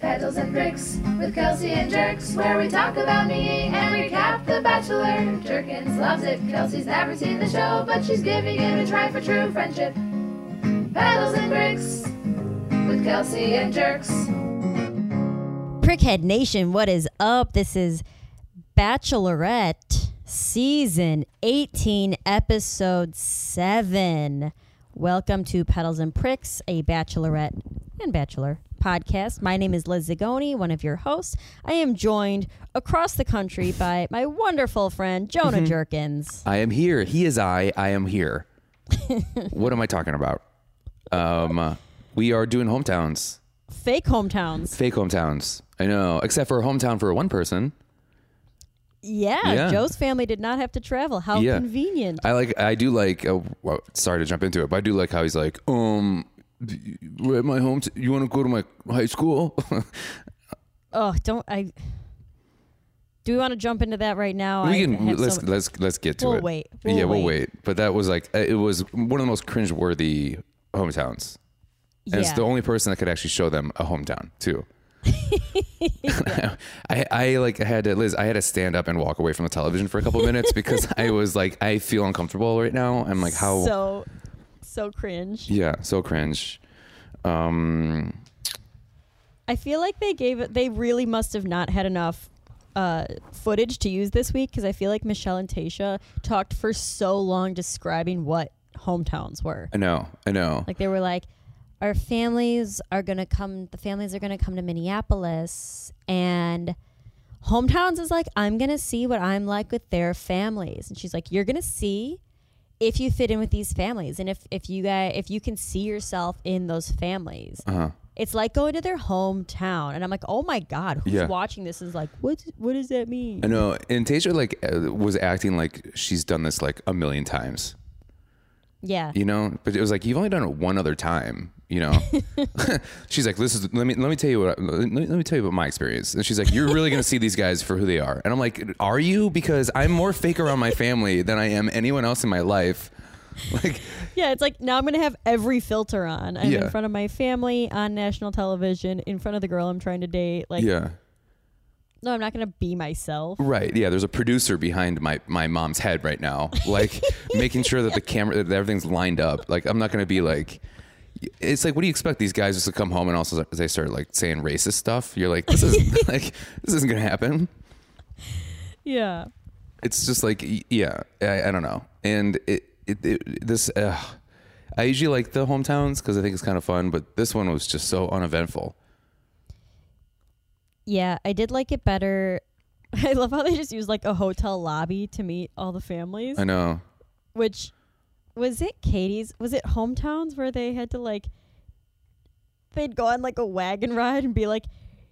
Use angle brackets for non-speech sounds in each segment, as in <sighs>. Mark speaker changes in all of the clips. Speaker 1: pretzels and bricks with Kelsey and Jerks, where we talk about me and recap The Bachelor. Jerkins loves it. Kelsey's never seen the show, but she's giving it a try for true friendship. Paddles and bricks with Kelsey and Jerks.
Speaker 2: Prickhead Nation, what is up? This is Bachelorette season 18, episode 7. Welcome to Petals and Pricks, a Bachelorette and Bachelor podcast. My name is Liz Zagoni, one of your hosts. I am joined across the country by my wonderful friend
Speaker 3: Mm-hmm.
Speaker 2: Jonah Jerkins.
Speaker 3: I am here. He is I. I
Speaker 2: <laughs>
Speaker 3: am here. what am I talking about? Um, uh, we are doing hometowns,
Speaker 2: Fake hometowns.
Speaker 3: fake hometowns. I know, except for a hometown for one person.
Speaker 2: Yeah,
Speaker 3: Yeah.
Speaker 2: Joe's family did not have to travel. How
Speaker 3: Yeah.
Speaker 2: convenient.
Speaker 3: I like. I do like. Uh, well, sorry to jump into it, but I do like how he's like, um, we're at my home. you want to go to my high school? <laughs>
Speaker 2: Oh, don't I Do we want to jump into that right now? I
Speaker 3: we can
Speaker 2: have so
Speaker 3: let's
Speaker 2: mu-
Speaker 3: let's let's get to
Speaker 2: We'll
Speaker 3: it.
Speaker 2: wait. We'll
Speaker 3: yeah, we'll
Speaker 2: wait.
Speaker 3: wait. But that was like uh, it was one of the most cringeworthy hometowns. And it's
Speaker 2: Yeah.
Speaker 3: the only person that could actually show them a hometown
Speaker 2: <laughs>
Speaker 3: too. <laughs> I, I like had to Liz. I had to stand up and walk away from the television for a couple minutes because
Speaker 2: <laughs>
Speaker 3: I was like, I feel uncomfortable right now. I'm like, how?
Speaker 2: so so cringe.
Speaker 3: yeah, so cringe. Um,
Speaker 2: I feel like they gave it. They really must have not had enough uh, footage to use this week because I feel like Michelle and Tasha talked for so long describing what hometowns were.
Speaker 3: I know, I know.
Speaker 2: Like they were like, our families are gonna come. The families are gonna come to Minneapolis and. Hometowns is like, I'm going to see what I'm like with their families. And she's like, You're going to see if you fit in with these families and if, if you guys, if you can see yourself in those families.
Speaker 3: uh-huh.
Speaker 2: it's like going to their hometown and i'm like oh my god who's
Speaker 3: Yeah.
Speaker 2: watching this is like what what does that mean
Speaker 3: I know. And Tasia like uh, was acting like she's done this like a million times.
Speaker 2: yeah
Speaker 3: you know but it was like you've only done it one other time you know <laughs> she's like this is let me let me tell you what let me, let me tell you about my experience and she's like you're really gonna see these guys for who they are and i'm like are you because i'm more fake around my family than i am anyone else in my life <laughs> like
Speaker 2: yeah it's like now i'm gonna have every filter on i'm in
Speaker 3: Yeah.
Speaker 2: front of my family on national television in front of the girl i'm trying to date like
Speaker 3: yeah
Speaker 2: no i'm not gonna be myself
Speaker 3: right yeah there's a producer behind my my mom's head right now like making sure that the camera that everything's lined up like i'm not gonna be like it's like what do you expect these guys just to come home and also they start like saying racist stuff you're like this is <laughs> like this isn't gonna happen
Speaker 2: yeah
Speaker 3: it's just like y- yeah i, I don't know and it, it, it this uh, i usually like the hometowns because i think it's kind of fun but this one was just so uneventful
Speaker 2: yeah i did like it better <laughs> i love how they just used like a hotel lobby to meet all the families
Speaker 3: i know
Speaker 2: which was it Katie's? Was it hometowns where they had to like they'd go on like a wagon ride and be like,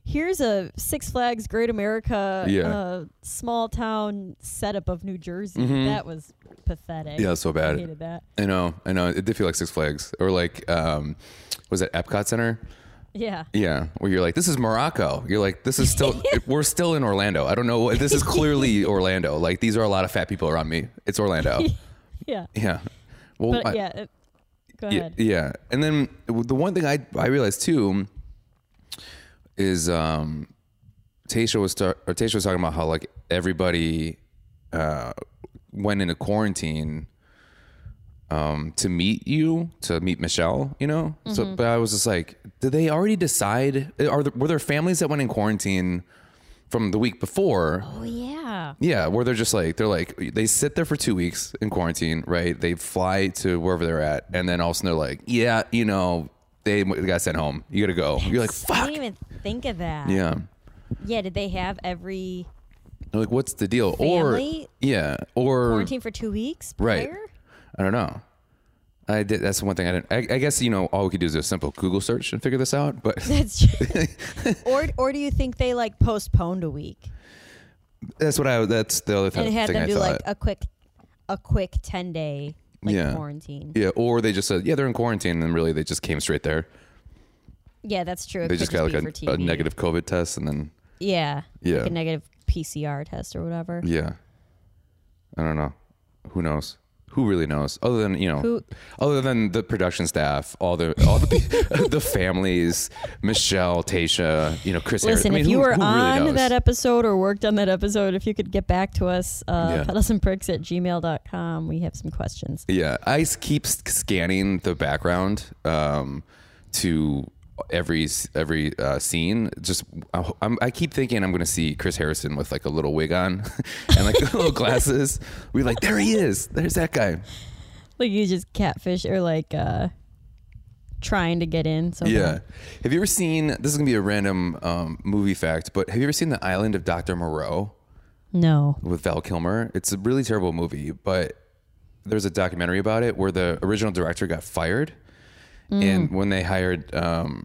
Speaker 2: "Here's a Six Flags Great America
Speaker 3: Yeah.
Speaker 2: uh, small town setup of New Jersey."
Speaker 3: Mhm.
Speaker 2: That was pathetic.
Speaker 3: yeah so
Speaker 2: I
Speaker 3: bad
Speaker 2: hated that.
Speaker 3: i know i know it did feel like six flags or like um was it epcot center
Speaker 2: Yeah,
Speaker 3: yeah where you're like this is morocco you're like this is <laughs> still we're still in orlando i don't know what this is <laughs> clearly orlando like these are a lot of fat people around me it's orlando <laughs>
Speaker 2: yeah,
Speaker 3: yeah well
Speaker 2: but
Speaker 3: I-
Speaker 2: yeah. It, go
Speaker 3: Yeah,
Speaker 2: ahead.
Speaker 3: yeah. And then the one thing I I realized too is um Tasha was tar- or Tasha was talking about how like everybody uh went into quarantine um to meet you to meet Michelle, you know? So
Speaker 2: Mm-hmm.
Speaker 3: but I was just like, did they already decide are there, were there families that went in quarantine from the week before?
Speaker 2: oh yeah,
Speaker 3: Yeah, where they're just like they're like they sit there for two weeks in quarantine, right? They fly to wherever they're at, and then all of a sudden they're like, yeah, you know, they got sent home. You gotta go. You're like,
Speaker 2: I
Speaker 3: fuck.
Speaker 2: didn't even think of that.
Speaker 3: Yeah.
Speaker 2: yeah. Did they have every
Speaker 3: They're like, what's the deal? Or
Speaker 2: Family?
Speaker 3: yeah, or
Speaker 2: quarantine for two weeks?
Speaker 3: Right.
Speaker 2: prior?
Speaker 3: I don't know. I did. That's one thing I didn't. I, I guess you know all we could do is do a simple Google search and figure this out.
Speaker 2: <laughs>
Speaker 3: But
Speaker 2: <laughs> That's
Speaker 3: <laughs>
Speaker 2: true. or or do you think they like postponed a week?
Speaker 3: that's what I. That's the other
Speaker 2: and
Speaker 3: th-
Speaker 2: it had
Speaker 3: thing
Speaker 2: them
Speaker 3: I
Speaker 2: do
Speaker 3: thought.
Speaker 2: like uh, a quick a quick 10 day like
Speaker 3: Yeah.
Speaker 2: quarantine
Speaker 3: yeah, or they just said, yeah, they're in quarantine, and really they just came straight there.
Speaker 2: yeah that's true It
Speaker 3: They
Speaker 2: could
Speaker 3: just got
Speaker 2: be
Speaker 3: like
Speaker 2: for
Speaker 3: a, a
Speaker 2: TV.
Speaker 3: negative COVID test, and then
Speaker 2: yeah
Speaker 3: Yeah.
Speaker 2: like a negative pcr test or whatever
Speaker 3: Yeah. I don't know. Who knows? who really knows? Other than you know,
Speaker 2: Who-
Speaker 3: other than the production staff, all the all the pe- the <laughs> families, Michelle, Tasha, you know, Chris. Harris.
Speaker 2: Listen,
Speaker 3: I mean,
Speaker 2: if you
Speaker 3: who-
Speaker 2: were
Speaker 3: who really
Speaker 2: on
Speaker 3: knows?
Speaker 2: that episode or worked on that episode, if you could get back to us, uh,
Speaker 3: Yeah.
Speaker 2: pedals and bricks at gmail.com. We have some questions.
Speaker 3: Yeah, I s- keep s- scanning the background um, to every s- every uh, scene. Just I ho- I'm, I keep thinking I'm gonna see Chris Harrison with like a little wig on <laughs> and like little glasses. We're like, there he is. There's that guy.
Speaker 2: Like you just catfish or like uh, trying to get in. So
Speaker 3: Yeah. Have you ever seen? This is gonna be a random um, movie fact, but have you ever seen The Island of Doctor Moreau?
Speaker 2: No.
Speaker 3: with Val Kilmer. It's a really terrible movie, but there's a documentary about it where the original director got fired, and when they hired, um,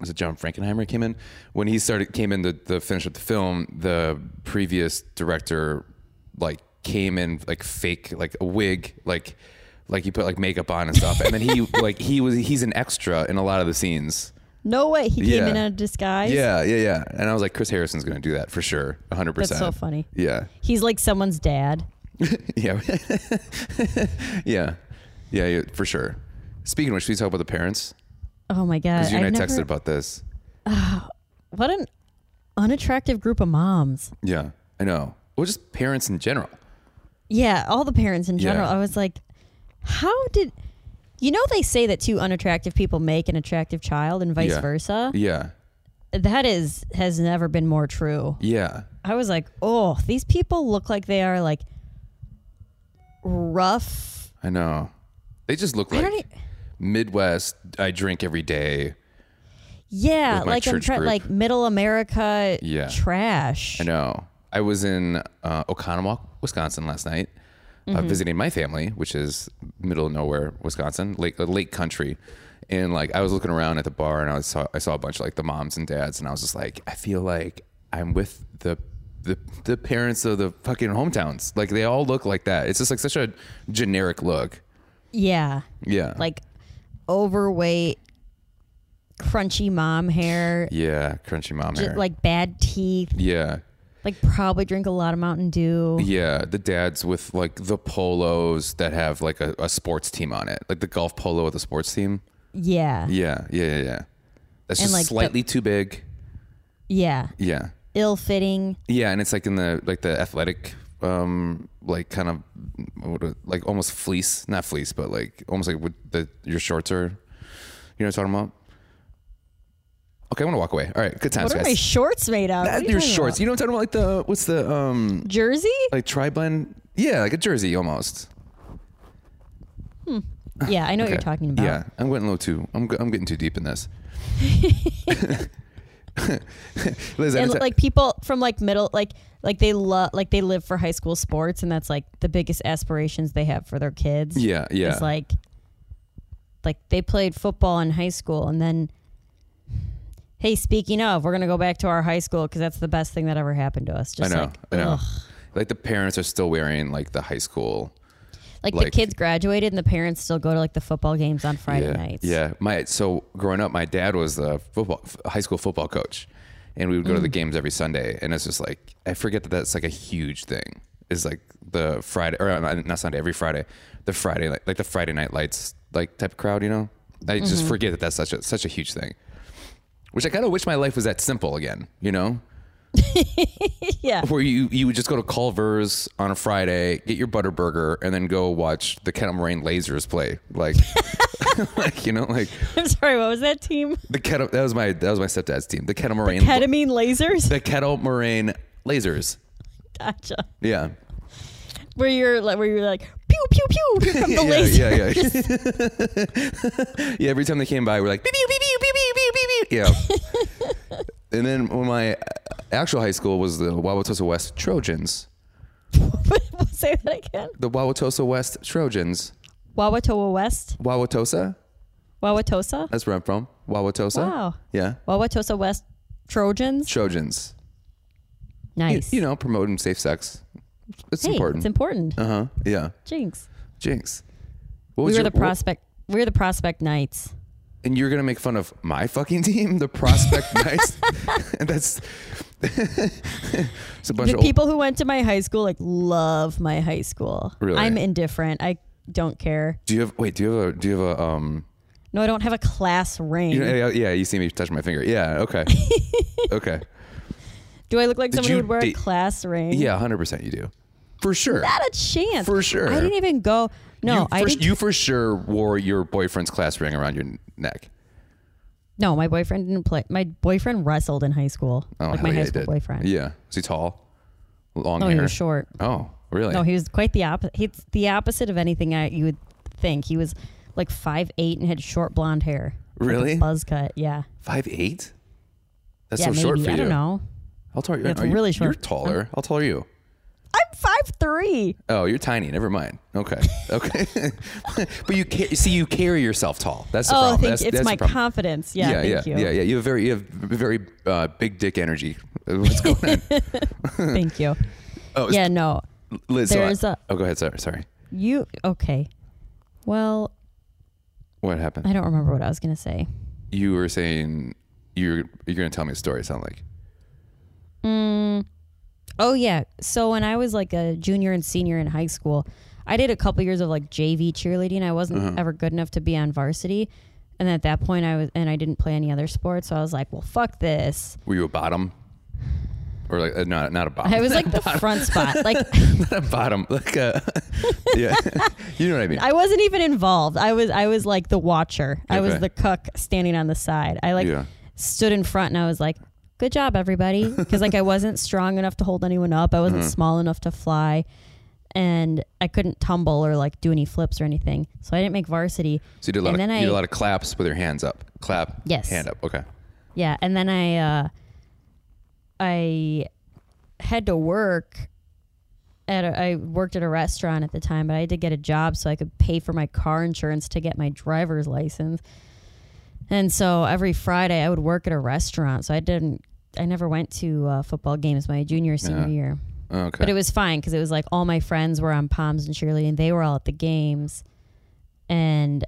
Speaker 3: was it John Frankenheimer came in? When he started came in to, to finish up the film, the previous director like came in like fake like a wig like like he put like makeup on and stuff, and then he like he was he's an extra in a lot of the scenes.
Speaker 2: No way. He came
Speaker 3: Yeah.
Speaker 2: in in a disguise.
Speaker 3: Yeah, yeah, yeah. And I was like, Chris Harrison's going to do that for sure, hundred
Speaker 2: That's
Speaker 3: percent.
Speaker 2: so funny.
Speaker 3: Yeah. <laughs>
Speaker 2: He's like someone's dad.
Speaker 3: Yeah. <laughs> yeah. Yeah, yeah, for sure. Speaking of which, should we talk about the parents?
Speaker 2: Oh my God.
Speaker 3: Because you and I,
Speaker 2: I've never-
Speaker 3: texted about this.
Speaker 2: What an unattractive group of moms.
Speaker 3: Yeah, I know. Well, just parents in general.
Speaker 2: Yeah, all the parents in
Speaker 3: Yeah.
Speaker 2: general. I was like, how did you know they say that two unattractive people make an attractive child and vice
Speaker 3: Yeah.
Speaker 2: versa?
Speaker 3: Yeah.
Speaker 2: That is has never been more true.
Speaker 3: Yeah.
Speaker 2: I was like, oh, these people look like they are like rough.
Speaker 3: I know. They just look
Speaker 2: I don't.
Speaker 3: like
Speaker 2: e-
Speaker 3: Midwest, I drink every day.
Speaker 2: yeah,
Speaker 3: With my
Speaker 2: like I'm
Speaker 3: church
Speaker 2: try-
Speaker 3: group.
Speaker 2: like middle America
Speaker 3: Yeah.
Speaker 2: trash.
Speaker 3: I know. I was in uh, Oconomowoc, Wisconsin last night, uh,
Speaker 2: Mm-hmm.
Speaker 3: visiting my family, which is middle of nowhere, Wisconsin, lake uh, lake country. And like I was looking around at the bar, and I was saw, I saw a bunch of like the moms and dads, and I was just like, I feel like I'm with the the, the parents of the fucking hometowns. Like they all look like that. It's just like such a generic look.
Speaker 2: Yeah,
Speaker 3: Yeah.
Speaker 2: like overweight, crunchy mom hair,
Speaker 3: yeah, crunchy mom
Speaker 2: ju-
Speaker 3: hair.
Speaker 2: like bad teeth.
Speaker 3: yeah.
Speaker 2: Like probably drink a lot of Mountain Dew.
Speaker 3: Yeah, the dads with like the polos that have like a, a sports team on it, like the golf polo with a sports team.
Speaker 2: Yeah.
Speaker 3: Yeah, yeah, yeah, yeah. That's
Speaker 2: And,
Speaker 3: just
Speaker 2: like, the-
Speaker 3: slightly too big.
Speaker 2: Yeah.
Speaker 3: Yeah,
Speaker 2: Ill fitting.
Speaker 3: yeah, and it's like in the like the athletic, um, like kind of what do- like almost fleece, not fleece, but like almost like with the your shorts are. You know what I'm talking about? Okay, I want to walk away. All right, good times,
Speaker 2: What are
Speaker 3: guys.
Speaker 2: my shorts made out
Speaker 3: Ah,
Speaker 2: of?
Speaker 3: your shorts. You know what I'm talking about? Like the what's the um
Speaker 2: Jersey?
Speaker 3: like tri blend? Yeah, like a jersey almost.
Speaker 2: Yeah, I know what you're
Speaker 3: Okay.
Speaker 2: talking about.
Speaker 3: Yeah, I'm getting a little too. I'm, g- I'm getting too deep
Speaker 2: <laughs>
Speaker 3: in this. Liz, I
Speaker 2: And
Speaker 3: just-
Speaker 2: like people from like middle like like they love like they live for high school sports and that's like the biggest aspirations they have for their kids.
Speaker 3: yeah, yeah,
Speaker 2: It's like like they played football in high school and then Hey, speaking of, we're gonna go back to our high school because that's the best thing that ever happened to us.
Speaker 3: I
Speaker 2: Just
Speaker 3: know,
Speaker 2: like,
Speaker 3: I know.
Speaker 2: ugh.
Speaker 3: Like the parents are still wearing like the high school.
Speaker 2: like, the
Speaker 3: Like-
Speaker 2: kids graduated and the parents still go to like the football games on Friday
Speaker 3: yeah,
Speaker 2: nights.
Speaker 3: yeah. My so growing up, my dad was the football f- high school football coach, and we would go
Speaker 2: Mm.
Speaker 3: to the games every Sunday. And it's just like I forget that that's like a huge thing. Is like the Friday or uh, not Sunday every Friday, the Friday like, like the Friday night lights like type of crowd. You know, I
Speaker 2: Mm-hmm.
Speaker 3: just forget that that's such a such a huge thing. Which I kind of wish my life was that simple again. You know,
Speaker 2: <laughs> yeah.
Speaker 3: where you you would just go to Culver's on a Friday, get your butter burger, and then go watch the Kettle Moraine Lasers play. Like, <laughs> like you know, like
Speaker 2: <laughs> I'm sorry, what was that team?
Speaker 3: the kettle. That was my that was my stepdad's team. The Kettle Moraine.
Speaker 2: Ketamine lasers?
Speaker 3: <laughs> the Kettle Moraine Lasers.
Speaker 2: Gotcha.
Speaker 3: Yeah.
Speaker 2: Where you're like, where you're like, pew pew pew. Here come the
Speaker 3: <laughs> yeah,
Speaker 2: laser.
Speaker 3: yeah, yeah, yeah. <laughs> Every time they came by, we're like, beep, beep, beep, beep, beep, beep, beep, beep. Yeah.
Speaker 2: <laughs>
Speaker 3: and then when my actual high school was the Wauwatosa West Trojans.
Speaker 2: <laughs> Say that again.
Speaker 3: The Wauwatosa West Trojans.
Speaker 2: Wauwatosa West.
Speaker 3: Wauwatosa?
Speaker 2: Wauwatosa.
Speaker 3: That's where I'm from. Wauwatosa.
Speaker 2: Wow.
Speaker 3: Yeah.
Speaker 2: Wauwatosa West Trojans.
Speaker 3: Trojans. You-
Speaker 2: Nice.
Speaker 3: You, know, promoting safe sex. It's
Speaker 2: hey,
Speaker 3: important.
Speaker 2: it's important.
Speaker 3: uh huh. Yeah.
Speaker 2: Jinx.
Speaker 3: Jinx. What
Speaker 2: We were
Speaker 3: your-
Speaker 2: the
Speaker 3: what-
Speaker 2: prospect. we were the prospect knights.
Speaker 3: and you're gonna make fun of my fucking <laughs> team, the
Speaker 2: <laughs>
Speaker 3: Prospect Knights. <laughs> That's <laughs> it's a bunch
Speaker 2: The
Speaker 3: of old-
Speaker 2: people who went to my high school like love my high school.
Speaker 3: Really?
Speaker 2: I'm indifferent. I don't care.
Speaker 3: Do you have wait? Do you have a do you have a um?
Speaker 2: No, I don't have a class ring.
Speaker 3: You know, yeah, yeah, you see me touch my finger. Yeah.
Speaker 2: <laughs>
Speaker 3: Okay. okay.
Speaker 2: Do I look like
Speaker 3: Did
Speaker 2: someone who
Speaker 3: you
Speaker 2: would wear a
Speaker 3: date-
Speaker 2: class ring?
Speaker 3: Yeah, hundred percent. You do, for sure.
Speaker 2: Not a chance.
Speaker 3: For sure.
Speaker 2: I didn't even go. No,
Speaker 3: you,
Speaker 2: I
Speaker 3: for,
Speaker 2: didn't.
Speaker 3: you for sure wore your boyfriend's class ring around your neck.
Speaker 2: no, my boyfriend didn't play. My boyfriend wrestled in high school.
Speaker 3: Oh,
Speaker 2: like
Speaker 3: hell
Speaker 2: my
Speaker 3: yeah,
Speaker 2: high
Speaker 3: I
Speaker 2: school
Speaker 3: did.
Speaker 2: boyfriend.
Speaker 3: Yeah. Is he tall? Long
Speaker 2: No,
Speaker 3: hair.
Speaker 2: he was short.
Speaker 3: Oh, really?
Speaker 2: No, he was quite the opposite. He's the opposite of anything I you would think. He was like five eight and had short blonde hair. Like a
Speaker 3: Really?
Speaker 2: buzz cut. Yeah.
Speaker 3: five eight. That's
Speaker 2: yeah,
Speaker 3: so
Speaker 2: maybe.
Speaker 3: short for
Speaker 2: I
Speaker 3: you.
Speaker 2: don't know.
Speaker 3: How tall are you?
Speaker 2: That's
Speaker 3: are you-
Speaker 2: really short.
Speaker 3: You're taller. How tall are you?
Speaker 2: I'm five three.
Speaker 3: Oh, you're tiny. Never mind. Okay. Okay. <laughs> but you ca- see, you carry yourself tall. That's the
Speaker 2: Oh,
Speaker 3: problem.
Speaker 2: thank
Speaker 3: that's,
Speaker 2: you. It's
Speaker 3: that's the
Speaker 2: my
Speaker 3: problem.
Speaker 2: confidence. Yeah,
Speaker 3: yeah,
Speaker 2: thank
Speaker 3: yeah,
Speaker 2: you.
Speaker 3: yeah, yeah. You have very, you have very uh, big dick energy. Uh,
Speaker 2: <laughs>
Speaker 3: What's going on?
Speaker 2: Thank you.
Speaker 3: Oh,
Speaker 2: Yeah, no.
Speaker 3: Liz. so I-
Speaker 2: there's a-
Speaker 3: oh, go ahead. Sorry, sorry.
Speaker 2: You okay. Well,
Speaker 3: What
Speaker 2: <laughs>
Speaker 3: happened?
Speaker 2: I don't remember what I was gonna say.
Speaker 3: you were saying you're you're gonna tell me a story. It sounded like
Speaker 2: Oh yeah. So when I was like a junior and senior in high school, I did a couple years of like JV cheerleading. I wasn't ever good enough to be on varsity, and at that point I was and I didn't play any other sports. So I was like, well, fuck this.
Speaker 3: were you a bottom or like uh, not not a bottom?
Speaker 2: I was like the front spot. Like
Speaker 3: <laughs>
Speaker 2: <laughs>
Speaker 3: not a bottom. <laughs> Like a yeah. <laughs> you know what I mean?
Speaker 2: I wasn't even involved. I was I was like the watcher. I was
Speaker 3: Okay.
Speaker 2: the cook standing on the side. I like
Speaker 3: Yeah.
Speaker 2: stood in front and I was like, "Good job, everybody," because like I wasn't strong enough to hold anyone up. I wasn't small enough to fly, and I couldn't tumble or like do any flips or anything. So I didn't make varsity.
Speaker 3: So you did a lot.
Speaker 2: and
Speaker 3: of,
Speaker 2: then I
Speaker 3: you did a lot of claps with your hands up. Clap.
Speaker 2: Yes.
Speaker 3: Hand up. Okay.
Speaker 2: yeah, and then I uh, I had to work. At a, I worked at a restaurant at the time, but I had to get a job so I could pay for my car insurance to get my driver's license. And so every Friday I would work at a restaurant. So I didn't, I never went to uh, football games my junior senior
Speaker 3: Yeah.
Speaker 2: year,
Speaker 3: Okay.
Speaker 2: but it was fine because it was like all my friends were on Palms and Shirley, and they were all at the games, and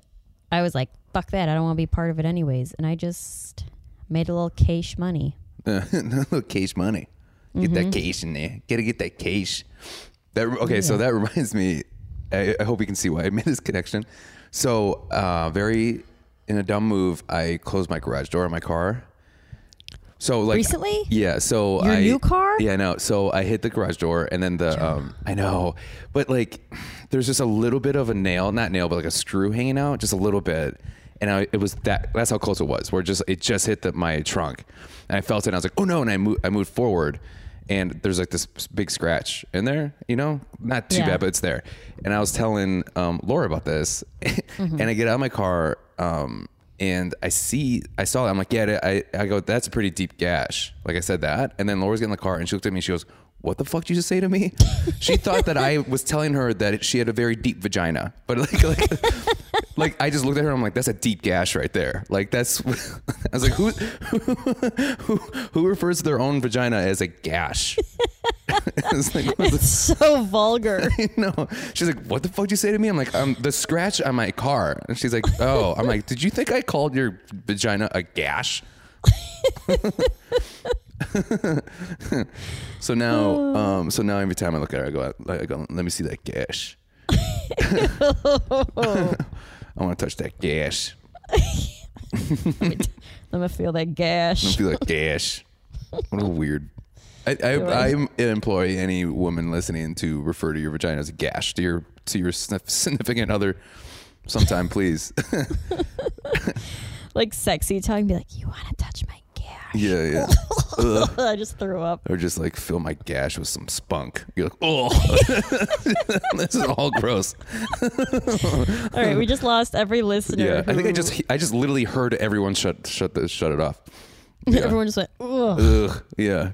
Speaker 2: I was like, "Fuck that! I don't want to be part of it anyways." And I just made a little cash money. <laughs>
Speaker 3: Uh, <laughs> little cash money. Get
Speaker 2: Mm-hmm.
Speaker 3: that cash in there. Gotta get that cash. That okay. So that <laughs> reminds me. I, I hope you can see why I made this connection. So uh, very in a dumb move, I closed my garage door on my car. So like
Speaker 2: Recently?
Speaker 3: yeah. So
Speaker 2: Your
Speaker 3: I,
Speaker 2: new car?
Speaker 3: yeah, I know. So I hit the garage door, and then the um, I know, but like, there's just a little bit of a nail, not nail, but like a screw hanging out, just a little bit, and I, it was that. That's how close it was. Where just it just hit the, my trunk, and I felt it. and I was like, oh no, and I moved, I moved forward, and there's like this big scratch in there, you know, not too
Speaker 2: Yeah.
Speaker 3: bad, but it's there. And I was telling um, Laura about this, <laughs> and I get out of my car. Um, and I see, I saw it. I'm like, yeah, I, I go, that's a pretty deep gash. Like I said that. And then Laura's getting in the car and she looked at me and she goes, what the fuck did you just say to me? she thought that I was telling her that she had a very deep vagina. But like, like, <laughs> like I just looked at her and I'm like, that's a deep gash right there. Like that's, <laughs> I was like, who, <laughs> who, who refers to their own vagina as a gash? <laughs> it's like, what the-
Speaker 2: So
Speaker 3: <laughs>
Speaker 2: vulgar.
Speaker 3: no. She's like, what the fuck did you say to me? I'm like, um, the scratch on my car. And she's like, oh. I'm like, did you think I called your vagina a gash? <laughs> so now, um, so now every time I look at her, I go, I go, let me see that gash. <laughs> I want to touch that gash.
Speaker 2: Let me feel that gash.
Speaker 3: Be like, gash. What a weird. I, I, I employ any woman listening to refer to your vagina as a gash to your to your sniff- significant other sometime, please. <laughs>
Speaker 2: Like sexy time, be like, "You want to touch my gash?"
Speaker 3: yeah, yeah.
Speaker 2: <laughs> I just threw up.
Speaker 3: Or just like fill my gash with some spunk. You're like, oh, <laughs> this is all gross.
Speaker 2: All right, we just lost every listener.
Speaker 3: Yeah, I think I
Speaker 2: who- <laughs>
Speaker 3: just I just literally heard everyone shut shut the, shut it off. Yeah.
Speaker 2: everyone just went. Ugh.
Speaker 3: Ugh, yeah.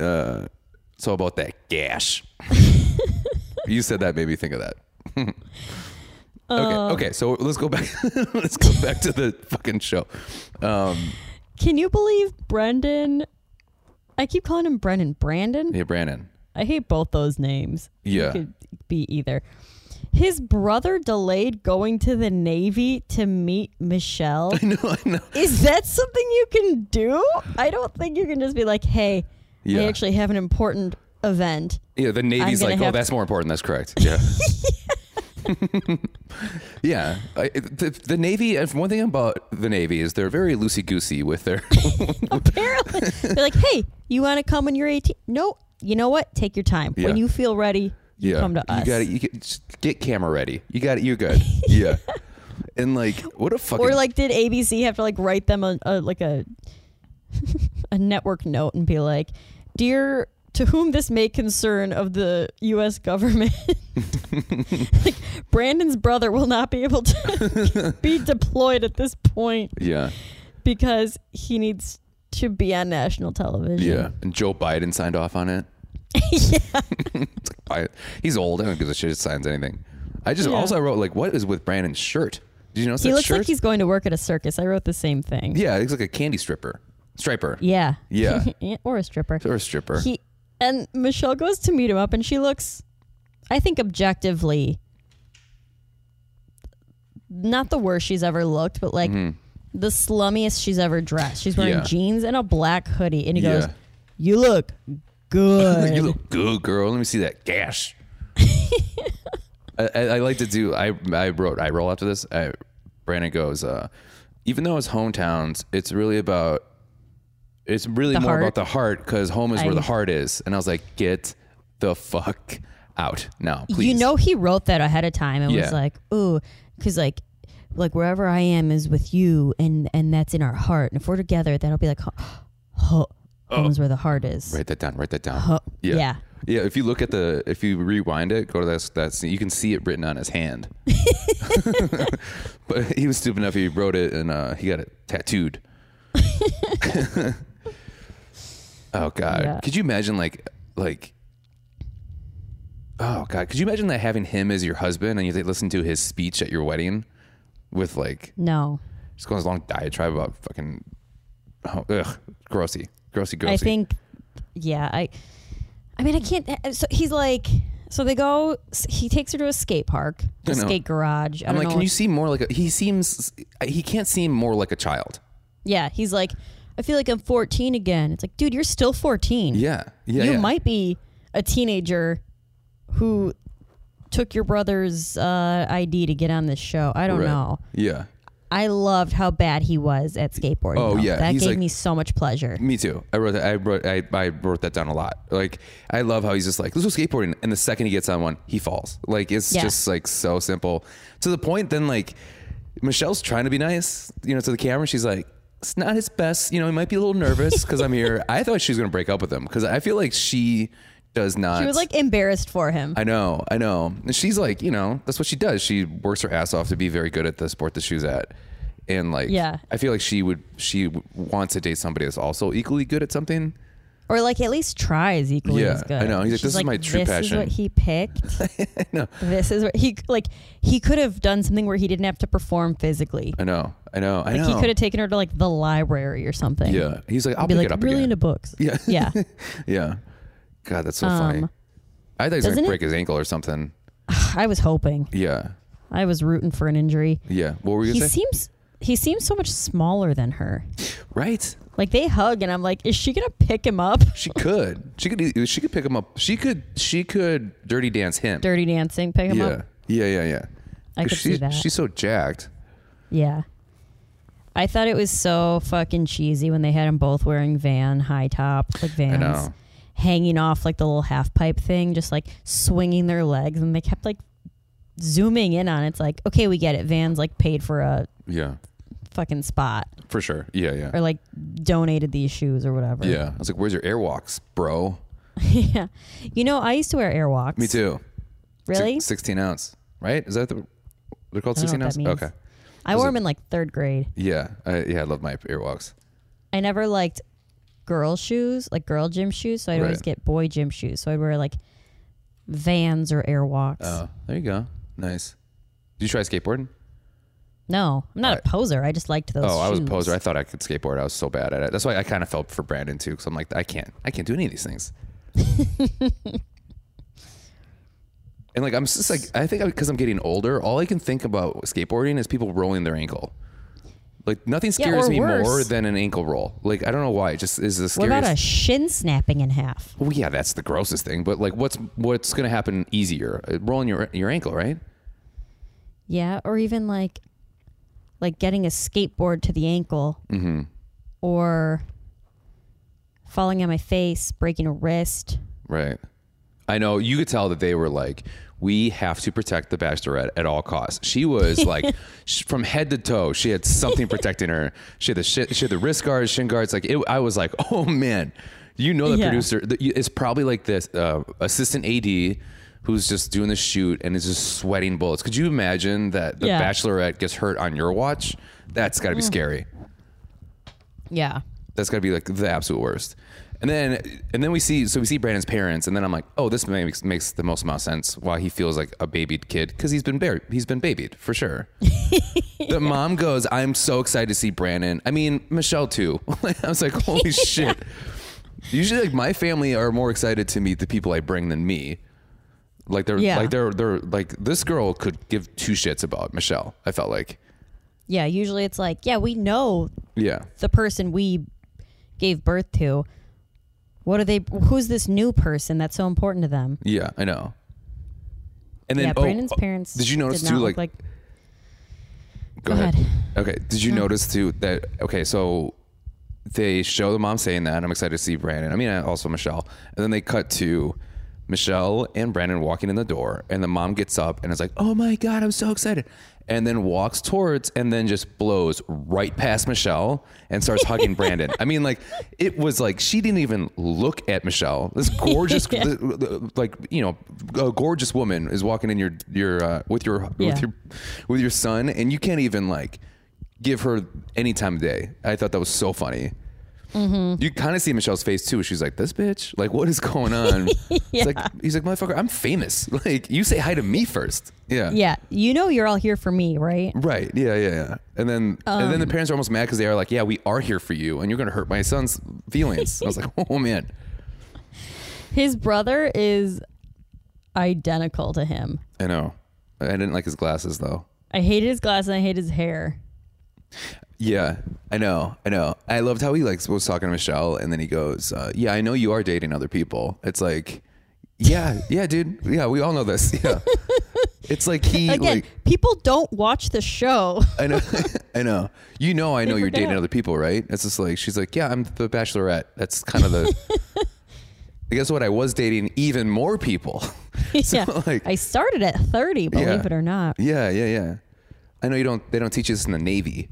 Speaker 3: Uh, so about that
Speaker 2: <laughs>
Speaker 3: gash. you said that made me think of that. <laughs> okay,
Speaker 2: Uh.
Speaker 3: okay. So let's go back. <laughs> let's go back to the fucking show. Um,
Speaker 2: Can you believe Brendan? I keep calling him Brendan. Brandon?
Speaker 3: yeah, Brandon. <laughs>
Speaker 2: I hate both those names.
Speaker 3: Yeah.
Speaker 2: It could be either. His brother delayed going to the Navy to meet
Speaker 3: <laughs>
Speaker 2: Michelle.
Speaker 3: I know. I know.
Speaker 2: Is that something you can do? I don't think you can just be like, hey,
Speaker 3: Yeah.
Speaker 2: I actually have an important event. <laughs>
Speaker 3: Yeah, the Navy's
Speaker 2: gonna
Speaker 3: like, oh,
Speaker 2: have- <laughs>
Speaker 3: that's more important. That's correct. Yeah. <laughs> Yeah, I, it- the, the Navy. And one thing about the Navy is they're very loosey goosey with their.
Speaker 2: Apparently, they're like, "Hey, you want to come when you're 18?" No, you know what? Take your time.
Speaker 3: Yeah.
Speaker 2: When you feel ready, you
Speaker 3: yeah,
Speaker 2: come to us.
Speaker 3: You got You get, just get camera ready. You got it.
Speaker 2: <laughs>
Speaker 3: You're good. yeah, and like what a fucking
Speaker 2: or like, did ABC have to like write them a, a like a <laughs> a network note and be like, "Dear." To whom this may concern of the U.S. government, <laughs> like Brandon's brother will not be able to
Speaker 3: <laughs>
Speaker 2: be deployed at this point
Speaker 3: yeah
Speaker 2: because he needs to be on national television.
Speaker 3: yeah. And Joe Biden signed off on it.
Speaker 2: <laughs> yeah.
Speaker 3: <laughs> I, he's old. I don't give a shit. It signs anything. I just
Speaker 2: Yeah.
Speaker 3: also I wrote like what is with Brandon's shirt? Did you notice
Speaker 2: He
Speaker 3: that
Speaker 2: looks
Speaker 3: shirt?
Speaker 2: like he's going to work at a circus. I wrote the same thing.
Speaker 3: yeah, he looks like a candy stripper, striper.
Speaker 2: Yeah.
Speaker 3: Yeah.
Speaker 2: <laughs> or a stripper.
Speaker 3: or a stripper.
Speaker 2: He and Michelle goes to meet him up and she looks I think objectively not the worst she's ever looked, but like the slummiest she's ever dressed. She's wearing
Speaker 3: Mm-hmm. Yeah.
Speaker 2: jeans and a black hoodie and he
Speaker 3: yeah,
Speaker 2: goes, "You look good."
Speaker 3: <laughs> you look good, girl. Let me see that gash.
Speaker 2: <laughs>
Speaker 3: I, I, I like to do. I I wrote. I roll after this. I, Brandon goes. Uh, even though it's hometowns, it's really about. It's really
Speaker 2: The
Speaker 3: more
Speaker 2: heart.
Speaker 3: about the heart because home is where
Speaker 2: I-
Speaker 3: the heart is. And I was like, get the fuck out now, please.
Speaker 2: You know he wrote that ahead of time and
Speaker 3: Yeah.
Speaker 2: was like, "Ooh, because like, like wherever I am is with you, and and that's in our heart. And if we're together, that'll be like, <gasps> ho- ho- home's where the heart is.
Speaker 3: Write that down. Write that down.
Speaker 2: Ho-
Speaker 3: Oh. yeah.
Speaker 2: yeah.
Speaker 3: Yeah, If you look at the, if you rewind it, go to that, that scene, you can see it written on
Speaker 2: <laughs>
Speaker 3: his hand. <laughs> but he was stupid enough. He wrote it and uh, he got it tattooed. <laughs> oh God.
Speaker 2: Yeah.
Speaker 3: Could you imagine like, like, oh God. Could you imagine that having him as your husband and you listen to his speech at your wedding with like,
Speaker 2: No,
Speaker 3: just going this long diatribe about fucking, oh, ugh, grossy, grossy, grossy.
Speaker 2: I think, yeah, I, I mean, I can't. eh, So he's like, so they go. He takes her to a skate park,
Speaker 3: I
Speaker 2: a
Speaker 3: know.
Speaker 2: skate garage. I
Speaker 3: I'm
Speaker 2: don't
Speaker 3: like,
Speaker 2: know.
Speaker 3: can you seem more like a? He seems. He can't seem more like a child.
Speaker 2: yeah, he's like, I feel like I'm 14 again. It's like, dude, you're still 14.
Speaker 3: Yeah. Yeah.
Speaker 2: you
Speaker 3: yeah.
Speaker 2: might be a teenager who took your brother's uh, ID to get on this show. I don't
Speaker 3: Right.
Speaker 2: know.
Speaker 3: Yeah.
Speaker 2: I loved how bad he was at skateboarding.
Speaker 3: Oh,
Speaker 2: though.
Speaker 3: yeah.
Speaker 2: that
Speaker 3: He's
Speaker 2: gave
Speaker 3: like-
Speaker 2: me so much pleasure.
Speaker 3: Me too. I wrote that. I wrote. I, I wrote that down a lot. Like, I love how he's just like, let's go skateboarding, and the second he gets on one, he falls. Like, it's
Speaker 2: Yeah.
Speaker 3: just like so simple. To the point. Then like, Michelle's trying to be nice, you know, to the camera. She's like. It's not his best, you know. He might be a little nervous because
Speaker 2: <laughs>
Speaker 3: I'm here. I thought she was gonna break up with him because I feel like she does not.
Speaker 2: She was like embarrassed for him.
Speaker 3: I know, I know. And she's like, you know, that's what she does. She works her ass off to be very good at the sport that she's at. And like,
Speaker 2: Yeah.
Speaker 3: I feel like she would, she w- wants to date somebody that's also equally good at something. <laughs>
Speaker 2: or like at least tries equally
Speaker 3: Yeah,
Speaker 2: as good.
Speaker 3: I know. He's like,
Speaker 2: She's
Speaker 3: "This is my true
Speaker 2: this is
Speaker 3: passion."
Speaker 2: what he picked.
Speaker 3: <laughs> know.
Speaker 2: This is what he like. He could have done something where he didn't have to perform physically.
Speaker 3: I know, I know, I
Speaker 2: Like
Speaker 3: know.
Speaker 2: he could have taken her to like the library or something.
Speaker 3: yeah. He's like, I'll
Speaker 2: be
Speaker 3: pick
Speaker 2: like
Speaker 3: it up
Speaker 2: really
Speaker 3: again.
Speaker 2: into books.
Speaker 3: yeah.
Speaker 2: <laughs>
Speaker 3: <laughs>
Speaker 2: yeah.
Speaker 3: yeah. God, that's so funny.
Speaker 2: Um,
Speaker 3: I thought he was going
Speaker 2: doesn't
Speaker 3: to
Speaker 2: it-
Speaker 3: break his ankle or something.
Speaker 2: I was hoping.
Speaker 3: Yeah.
Speaker 2: I was rooting for an injury.
Speaker 3: Yeah. What were you
Speaker 2: He
Speaker 3: going to say?
Speaker 2: seems he seems so much smaller than her.
Speaker 3: right.
Speaker 2: Like they hug and I'm like, is she gonna pick him up? <laughs>
Speaker 3: She could. She could. e- She could pick him up. She could. She could dirty dance him.
Speaker 2: Dirty dancing, pick him
Speaker 3: yeah.
Speaker 2: up.
Speaker 3: yeah. Yeah. Yeah.
Speaker 2: I
Speaker 3: 'Cause
Speaker 2: could see
Speaker 3: she's-
Speaker 2: that.
Speaker 3: She's so jacked.
Speaker 2: Yeah. I thought it was so fucking cheesy when they had them both wearing van high top like vans.
Speaker 3: know.
Speaker 2: Hanging off like the little half pipe thing, just like swinging their legs, and they kept like zooming in on it. It's like, okay, we get it. Van's like paid for a
Speaker 3: Yeah.
Speaker 2: fucking spot
Speaker 3: For sure. Yeah, yeah.
Speaker 2: or like donated these shoes or whatever.
Speaker 3: yeah. I was like, where's your airwalks, bro?
Speaker 2: <laughs> yeah. You know, I used to wear airwalks.
Speaker 3: Me too. Six-
Speaker 2: Really?
Speaker 3: 16 ounce, right? Is that the, they're called
Speaker 2: I don't
Speaker 3: 16
Speaker 2: know what
Speaker 3: ounce?
Speaker 2: that means.
Speaker 3: Okay.
Speaker 2: I
Speaker 3: Was
Speaker 2: wore
Speaker 3: it-
Speaker 2: them in like third grade.
Speaker 3: Yeah. I, yeah, I love my airwalks.
Speaker 2: I never liked girl shoes, like girl gym shoes, so I'd always
Speaker 3: Right.
Speaker 2: get boy gym shoes. So I'd wear like Vans or Airwalks.
Speaker 3: Oh, there you go. Nice. Did you try skateboarding?
Speaker 2: no, I'm not a poser. I just liked those.
Speaker 3: oh, I was a
Speaker 2: shoes.
Speaker 3: poser. I thought I could skateboard. I was so bad at it. That's why I kind of felt for Brandon too, because I'm like, I can't, I can't do any of these
Speaker 2: <laughs>
Speaker 3: things. and like, I'm just like, I think because I'm getting older, all I can think about skateboarding is people rolling their ankle. Like nothing
Speaker 2: Yeah,
Speaker 3: scares
Speaker 2: or
Speaker 3: me more
Speaker 2: worse.
Speaker 3: than an ankle roll. Like I don't know why. It just is the
Speaker 2: what
Speaker 3: scariest.
Speaker 2: about a shin snapping in half?
Speaker 3: well, yeah, that's the grossest thing. But like, what's what's gonna happen easier? Uh, Rolling your your ankle, right?
Speaker 2: Yeah, or even like like getting a skateboard to the ankle
Speaker 3: Mm-hmm.
Speaker 2: or falling on my face, breaking a wrist.
Speaker 3: Right. I know you could tell that they were like, we have to protect the bachelorette at all costs.
Speaker 2: <laughs>
Speaker 3: She was like, sh- from head to toe, she had something protecting her. She had the shi she had the wrist guards, shin guards. Like, it, I was like, <laughs> oh man, you know the
Speaker 2: Yeah.
Speaker 3: producer. The, you- it's probably like this uh, assistant AD who's just doing the shoot and is just sweating bullets. Could you imagine that the
Speaker 2: Yeah. Mm.
Speaker 3: bachelorette gets hurt on your watch? That's got to be scary.
Speaker 2: Yeah.
Speaker 3: That's got to be like the absolute worst. And then and then we see so we see Brandon's parents, and then I'm like, oh, this makes makes the most amount of sense why he feels like a babied kid because he's been bar- he's been babied for sure. The mom goes, I'm so excited to see Brandon. I mean Michelle too. <laughs> I was like, holy shit. Usually, like my family are more excited to meet the people I bring than me. Like they're
Speaker 2: Yeah.
Speaker 3: like they're they're like this girl could give two shits about Michelle. I felt like
Speaker 2: Yeah, usually it's like, yeah, we know
Speaker 3: yeah.
Speaker 2: the person we gave birth to. What are they who's this new person that's so important to them?
Speaker 3: Yeah, I know. And then
Speaker 2: yeah,
Speaker 3: oh,
Speaker 2: Brandon's
Speaker 3: oh,
Speaker 2: parents
Speaker 3: Did you notice
Speaker 2: did
Speaker 3: too?
Speaker 2: not
Speaker 3: Like,
Speaker 2: look like go
Speaker 3: go, ahead.
Speaker 2: ahead.
Speaker 3: Okay. Did you notice too that? Okay, so they show the mom saying that. and I'm excited to see Brandon. I mean, uh, also Michelle. And then they cut to Michelle and Brandon walking in the door, and the mom gets up and is like, "Oh my god, I'm so excited!" And then walks towards, and then just blows right past Michelle and starts hugging Brandon. I mean, like it was like she didn't even look at Michelle. This gorgeous, the- the- like you know, a gorgeous woman is walking in your your uh, with your
Speaker 2: Yeah.
Speaker 3: with your with your son, and you can't even like give her any time of day. I thought that was so funny. You kind of see Michelle's face too. She's like, "This bitch, like, what is going on?" It's like he's like, "Motherfucker, I'm famous. <laughs> Like, you say hi to me first. Yeah,
Speaker 2: Yeah, you know you're all here for me, right?
Speaker 3: right. Yeah, yeah, yeah." And then and then the parents are almost mad because they are like, "Yeah, we are here for you, and you're gonna hurt my son's feelings." I was like, <laughs> "Oh man,
Speaker 2: His brother is identical to him.
Speaker 3: I know." I didn't like his glasses though.
Speaker 2: I hated his glasses and I hate his hair.
Speaker 3: Yeah, I know, I know. I loved how he like was talking to Michelle, and then he goes, uh, "Yeah, I know you are dating other people." It's like, yeah, yeah, dude, yeah, we all know this. <laughs> Yeah, it's like he
Speaker 2: Again,
Speaker 3: like
Speaker 2: people don't watch the
Speaker 3: <laughs>
Speaker 2: show. <laughs>
Speaker 3: I know, I know. You know, I know you're dating
Speaker 2: forget.
Speaker 3: other people, right? It's just like she's like, yeah, I'm the Bachelorette. That's kind
Speaker 2: <laughs>
Speaker 3: of the. guess what? I was dating even more people. <laughs>
Speaker 2: yeah.
Speaker 3: like-
Speaker 2: I started at 30, believe
Speaker 3: Yeah.
Speaker 2: it or not.
Speaker 3: yeah, yeah, yeah. I know you don't. They don't teach this in the Navy.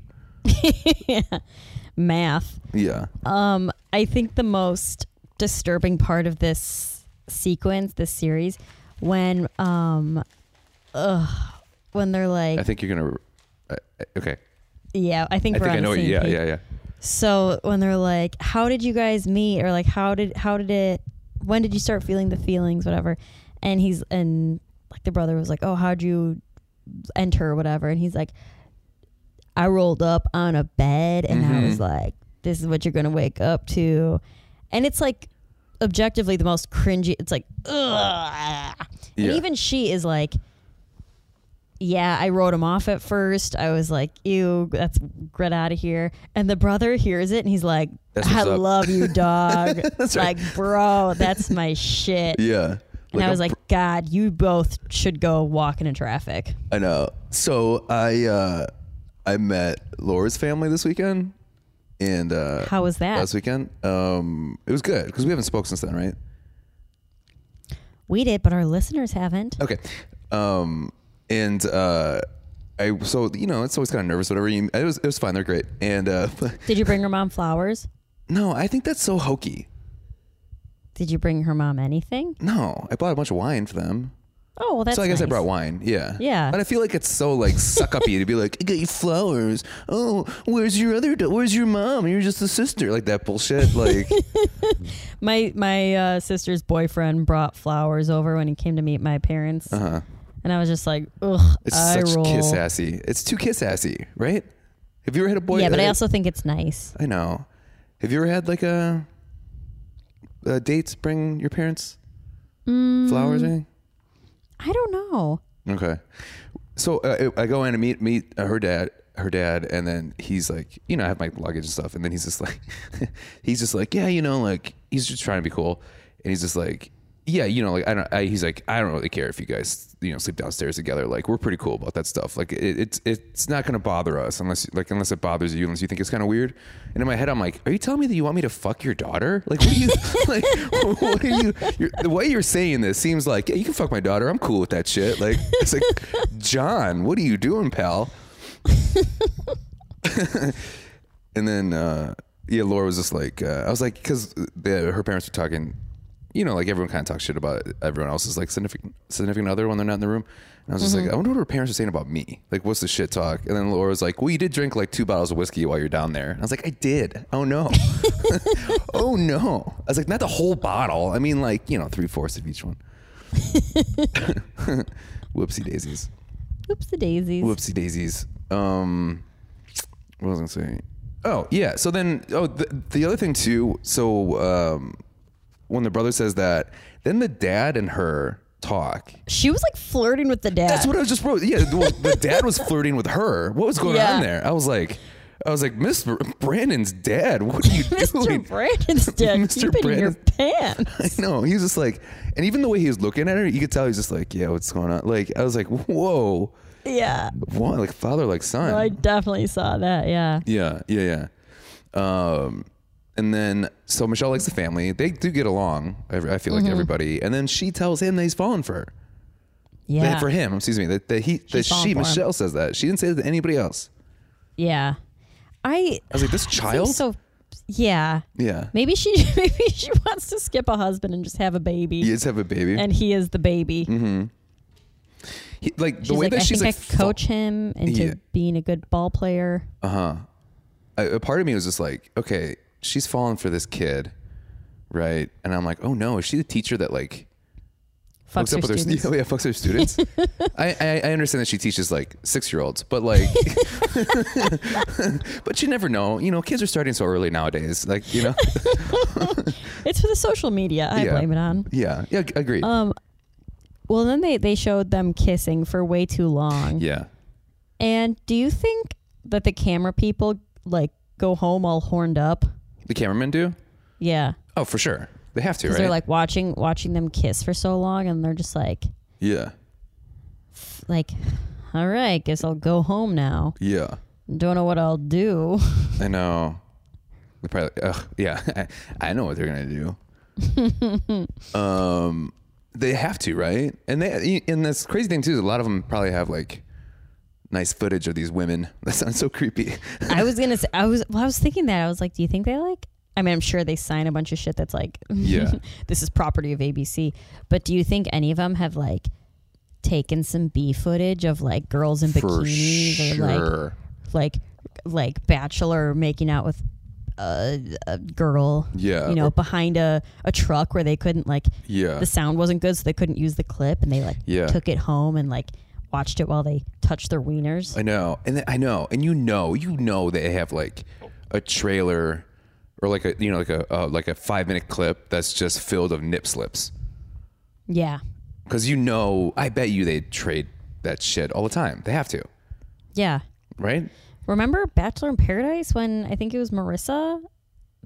Speaker 2: Math.
Speaker 3: Yeah.
Speaker 2: Um, I think the most disturbing part of this sequence, this series, when um, ugh, when they're like,
Speaker 3: I think you're gonna. Uh, okay.
Speaker 2: yeah, I think
Speaker 3: I
Speaker 2: we're
Speaker 3: think
Speaker 2: on
Speaker 3: I know.
Speaker 2: the
Speaker 3: What,
Speaker 2: same
Speaker 3: yeah,
Speaker 2: page. <laughs>
Speaker 3: yeah, yeah.
Speaker 2: So when they're like, "How did you guys meet?" or like, "How did how did it? When did you start feeling the feelings?" whatever, and he's and like the brother was like, "Oh, how'd you enter?" or whatever, and he's like, "I rolled up on a bed and I was
Speaker 3: Mhm.
Speaker 2: like, this is what you're gonna wake up to," and it's like objectively the most cringy. It's like, ugh.
Speaker 3: Yeah.
Speaker 2: And even she is like, yeah, I wrote him off at first. I was like, ew, that's get out of here. And the brother hears it and he's like,
Speaker 3: That's
Speaker 2: I
Speaker 3: what's up.
Speaker 2: love you, dog.
Speaker 3: <laughs> That's right.
Speaker 2: like, bro, that's my shit.
Speaker 3: Yeah.
Speaker 2: And I
Speaker 3: a
Speaker 2: was like, God, you both should go walking in traffic.
Speaker 3: I know. So I uh I met Laura's family this weekend, and uh
Speaker 2: How was that?
Speaker 3: last weekend? Um, it was good because we haven't spoke since then, right?
Speaker 2: We did, but our listeners haven't.
Speaker 3: Okay. Um, and uh, I so you know it's always kind of nervous, whatever. You, it was it was fine. They're great. And uh, <laughs> but
Speaker 2: Did you bring her mom flowers?
Speaker 3: no, I think that's so hokey.
Speaker 2: Did you bring her mom anything?
Speaker 3: No, I bought a bunch of wine for them.
Speaker 2: Oh, well, that's
Speaker 3: so I guess I
Speaker 2: nice.
Speaker 3: brought wine. Yeah.
Speaker 2: Yeah.
Speaker 3: But I feel like it's so like suck up you to be like, I got you flowers. Oh, where's your other? do- Where's your mom? You're just a sister. Like that bullshit.
Speaker 2: <laughs>
Speaker 3: Like.
Speaker 2: My my uh, sister's boyfriend brought flowers over when he came to meet my parents,
Speaker 3: Uh-huh.
Speaker 2: and I was just like, ugh,
Speaker 3: It's
Speaker 2: I
Speaker 3: such
Speaker 2: roll.
Speaker 3: kiss assy. It's too kiss assy, right? Have you ever had a boy?
Speaker 2: yeah, but I
Speaker 3: uh,
Speaker 2: also think it's nice.
Speaker 3: I know. Have you ever had like a, a date bring your parents flowers or anything?
Speaker 2: I don't know.
Speaker 3: Okay. So uh, I I go in and meet meet uh, her dad, her dad, and then he's like, you know, I have my luggage and stuff, and <laughs> then he's just like, he's just like, yeah, you know, like he's just trying to be cool, and he's just like, yeah, you know, like I don't. I, he's like, I don't really care if you guys, you know, sleep downstairs together. Like we're pretty cool about that stuff. Like it, it's it's not gonna bother us unless like unless it bothers you, unless you think it's kind of weird. And in my head, I'm like, are you telling me that you want me to fuck your daughter? Like what are you? <laughs> like what are you? You're, the way you're saying this seems like yeah, you can fuck my daughter. I'm cool with that shit. Like it's like, John, what are you doing, pal? <laughs> and then uh, yeah, Laura was just like, uh, I was like, because her parents were talking, you know, like everyone kind of talks shit about everyone else's like significant significant other when they're not in the room. And I was just like, I wonder what her parents are saying about me. Like, what's the shit talk? And then Laura was like, Well, you did drink like two bottles of whiskey while you're down there. And I was like, I did. Oh no. <laughs> oh no. I was like, not the whole bottle. I mean, like you know, three fourths of each one. <laughs> Whoopsie daisies.
Speaker 2: Oops, the daisies.
Speaker 3: Whoopsie daisies. Um, what was I gonna say? Oh yeah. So then, oh, the, the other thing too. So um, when the brother says that, then the dad and her talk.
Speaker 2: She was like flirting with the dad.
Speaker 3: That's what I was just wrote. Yeah, well, the dad was flirting with her. What was going
Speaker 2: Yeah.
Speaker 3: on there? I was like, I was like, Mr. Brandon's dad. What are
Speaker 2: <laughs>
Speaker 3: you doing?
Speaker 2: Mr.
Speaker 3: <laughs>
Speaker 2: Brandon's dead.
Speaker 3: Mr.
Speaker 2: Keep it in your
Speaker 3: <laughs> I
Speaker 2: pants.
Speaker 3: know. He's just like, and even the way he was looking at her, you could tell he's just like, yeah, what's going on? Like, I was like, whoa,
Speaker 2: yeah.
Speaker 3: what? Like father, like son.
Speaker 2: I definitely saw that. Yeah.
Speaker 3: Yeah, yeah, yeah. Um, and then so Michelle likes the family. They do get along. I, I feel
Speaker 2: Mm-hmm.
Speaker 3: like everybody. And then she tells him that he's fallen for her. That-
Speaker 2: Yeah.
Speaker 3: for him, excuse me. That, that he, that
Speaker 2: fallen
Speaker 3: she,
Speaker 2: for him.
Speaker 3: Michelle says that. She didn't say that to anybody else.
Speaker 2: Yeah. I
Speaker 3: I was like,
Speaker 2: <laughs>
Speaker 3: this
Speaker 2: think
Speaker 3: child.
Speaker 2: so. Yeah.
Speaker 3: yeah.
Speaker 2: Maybe she <laughs> maybe she wants to skip a husband and just have a baby.
Speaker 3: You just have a baby.
Speaker 2: And he is the baby.
Speaker 3: He- like Mm-hmm. the
Speaker 2: She's
Speaker 3: way
Speaker 2: like,
Speaker 3: that
Speaker 2: I
Speaker 3: she's
Speaker 2: think
Speaker 3: like
Speaker 2: I coach him into
Speaker 3: Yeah.
Speaker 2: being a good ball player.
Speaker 3: a, a part of me was just like, okay, she's fallen for this kid, right? And I'm like, oh no, is she the teacher that like
Speaker 2: Fucks
Speaker 3: hooks
Speaker 2: her
Speaker 3: up with <laughs>
Speaker 2: students.
Speaker 3: her yeah, yeah, fucks
Speaker 2: <laughs>
Speaker 3: her students? I, I I understand that she teaches like six year olds,
Speaker 2: <laughs>
Speaker 3: but like, <laughs> but you never know. You know, kids are starting so early nowadays. Like, you
Speaker 2: <laughs>
Speaker 3: know,
Speaker 2: It's for the social media. I
Speaker 3: Yeah.
Speaker 2: blame it on.
Speaker 3: yeah, yeah, agreed.
Speaker 2: Um, Well, then they, they showed them kissing for way too long.
Speaker 3: yeah,
Speaker 2: And do you think that the camera people like go home all horned up?
Speaker 3: the cameramen do.
Speaker 2: Yeah.
Speaker 3: Oh, for sure, they have to,
Speaker 2: Because
Speaker 3: right?
Speaker 2: they're like watching watching them kiss for so long and they're just like
Speaker 3: yeah,
Speaker 2: like all right, guess I'll go home now.
Speaker 3: yeah.
Speaker 2: Don't know what I'll do. <laughs>
Speaker 3: I know. They probably, ugh, yeah, <laughs> I, I know what they're gonna do.
Speaker 2: <laughs>
Speaker 3: um, they have to, right? And they, and this crazy thing too is a lot of them probably have like nice footage of these women. <laughs> That sounds so creepy. <laughs>
Speaker 2: I was gonna say I was well, I was thinking that. I was like, do you think they like I mean I'm sure they sign a bunch of shit that's like <laughs>
Speaker 3: Yeah.
Speaker 2: this is property of ABC. But do you think any of them have like taken some B footage of like girls in
Speaker 3: For
Speaker 2: bikinis or like
Speaker 3: sure.
Speaker 2: like like bachelor making out with a, a girl
Speaker 3: Yeah.
Speaker 2: you know
Speaker 3: Or-
Speaker 2: behind a, a truck where they couldn't like
Speaker 3: Yeah.
Speaker 2: the sound wasn't good so they couldn't use the clip and they like
Speaker 3: Yeah.
Speaker 2: took it home and like watched it while they touched their wieners
Speaker 3: I know, and th- I know, and you know, you know that they have like a trailer or like a you know like a uh, like a five minute clip that's just filled of nip slips.
Speaker 2: yeah
Speaker 3: Because you know, I bet you they trade that shit all the time. They have to,
Speaker 2: yeah
Speaker 3: right?
Speaker 2: remember bachelor in paradise when i think it was marissa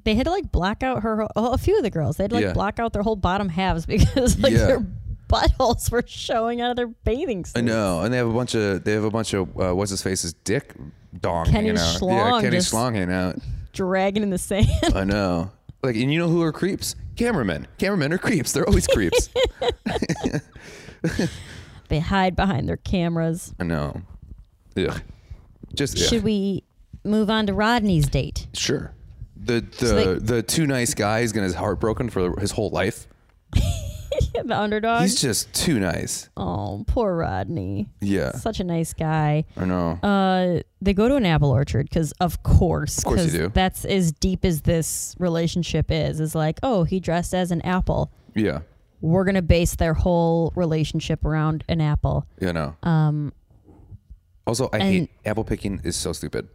Speaker 2: they had to like block out her oh, a few of the girls they had to like
Speaker 3: Yeah.
Speaker 2: block out their whole bottom halves <laughs> because like
Speaker 3: Yeah.
Speaker 2: their buttholes were showing out of their bathing suits
Speaker 3: I know, and they have a bunch of they have a bunch of uh, what's his face's dick dong
Speaker 2: Kenny
Speaker 3: hanging out. yeah,
Speaker 2: Schlong
Speaker 3: Kenny
Speaker 2: just-
Speaker 3: Schlong
Speaker 2: <laughs>
Speaker 3: hanging out.
Speaker 2: dragging in the sand
Speaker 3: I know. Like, and you know who are creeps? Cameramen. Cameramen are creeps. They're always
Speaker 2: <laughs>
Speaker 3: creeps.
Speaker 2: They hide behind their cameras.
Speaker 3: I know. Ugh. Just ugh.
Speaker 2: Should we move on to Rodney's date?
Speaker 3: <laughs> sure. The the
Speaker 2: they-
Speaker 3: the too nice guy is gonna his heartbroken for his whole life.
Speaker 2: the underdog.
Speaker 3: He's just too nice.
Speaker 2: oh, poor Rodney.
Speaker 3: Yeah,
Speaker 2: Such a nice guy.
Speaker 3: I know.
Speaker 2: Uh, they go to an apple orchard because, of course, of
Speaker 3: course you do.
Speaker 2: That's as deep as this relationship is. Is like, oh, he dressed as an apple.
Speaker 3: yeah,
Speaker 2: We're gonna base their whole relationship around an apple.
Speaker 3: you know. Um. Also, I
Speaker 2: and-
Speaker 3: hate apple picking. Is so stupid.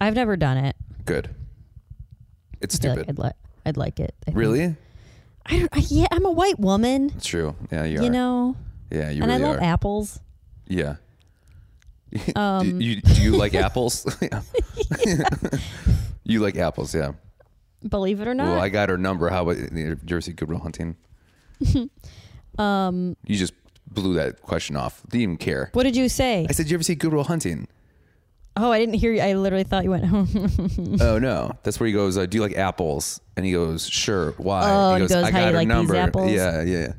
Speaker 2: I've never done it.
Speaker 3: Good. It's
Speaker 2: I feel like
Speaker 3: stupid.
Speaker 2: I'd like. I'd like it. I think.
Speaker 3: Really?
Speaker 2: I don't. I, yeah, I'm a white woman.
Speaker 3: It's true. Yeah, you,
Speaker 2: You
Speaker 3: are.
Speaker 2: know,
Speaker 3: Yeah, you
Speaker 2: and
Speaker 3: really
Speaker 2: I love
Speaker 3: are.
Speaker 2: apples.
Speaker 3: yeah. <laughs>
Speaker 2: Um,
Speaker 3: do, you, do
Speaker 2: <laughs>
Speaker 3: you like apples? <laughs> Yeah. you like apples, yeah.
Speaker 2: Believe it or not.
Speaker 3: Well, I got her number. How about New Jersey Goodwill Hunting?
Speaker 2: <laughs> Um,
Speaker 3: You just blew that question off. Didn't even care.
Speaker 2: what did you say?
Speaker 3: I said, "You ever see Goodwill Hunting?"
Speaker 2: oh, I didn't hear you. I literally thought you went
Speaker 3: oh no, that's where he goes. Uh, Do you like apples? And he goes, "Sure." Why?
Speaker 2: Oh,
Speaker 3: he
Speaker 2: and goes, "How
Speaker 3: "I got
Speaker 2: you
Speaker 3: her
Speaker 2: like these
Speaker 3: number."
Speaker 2: apples?
Speaker 3: Yeah, yeah.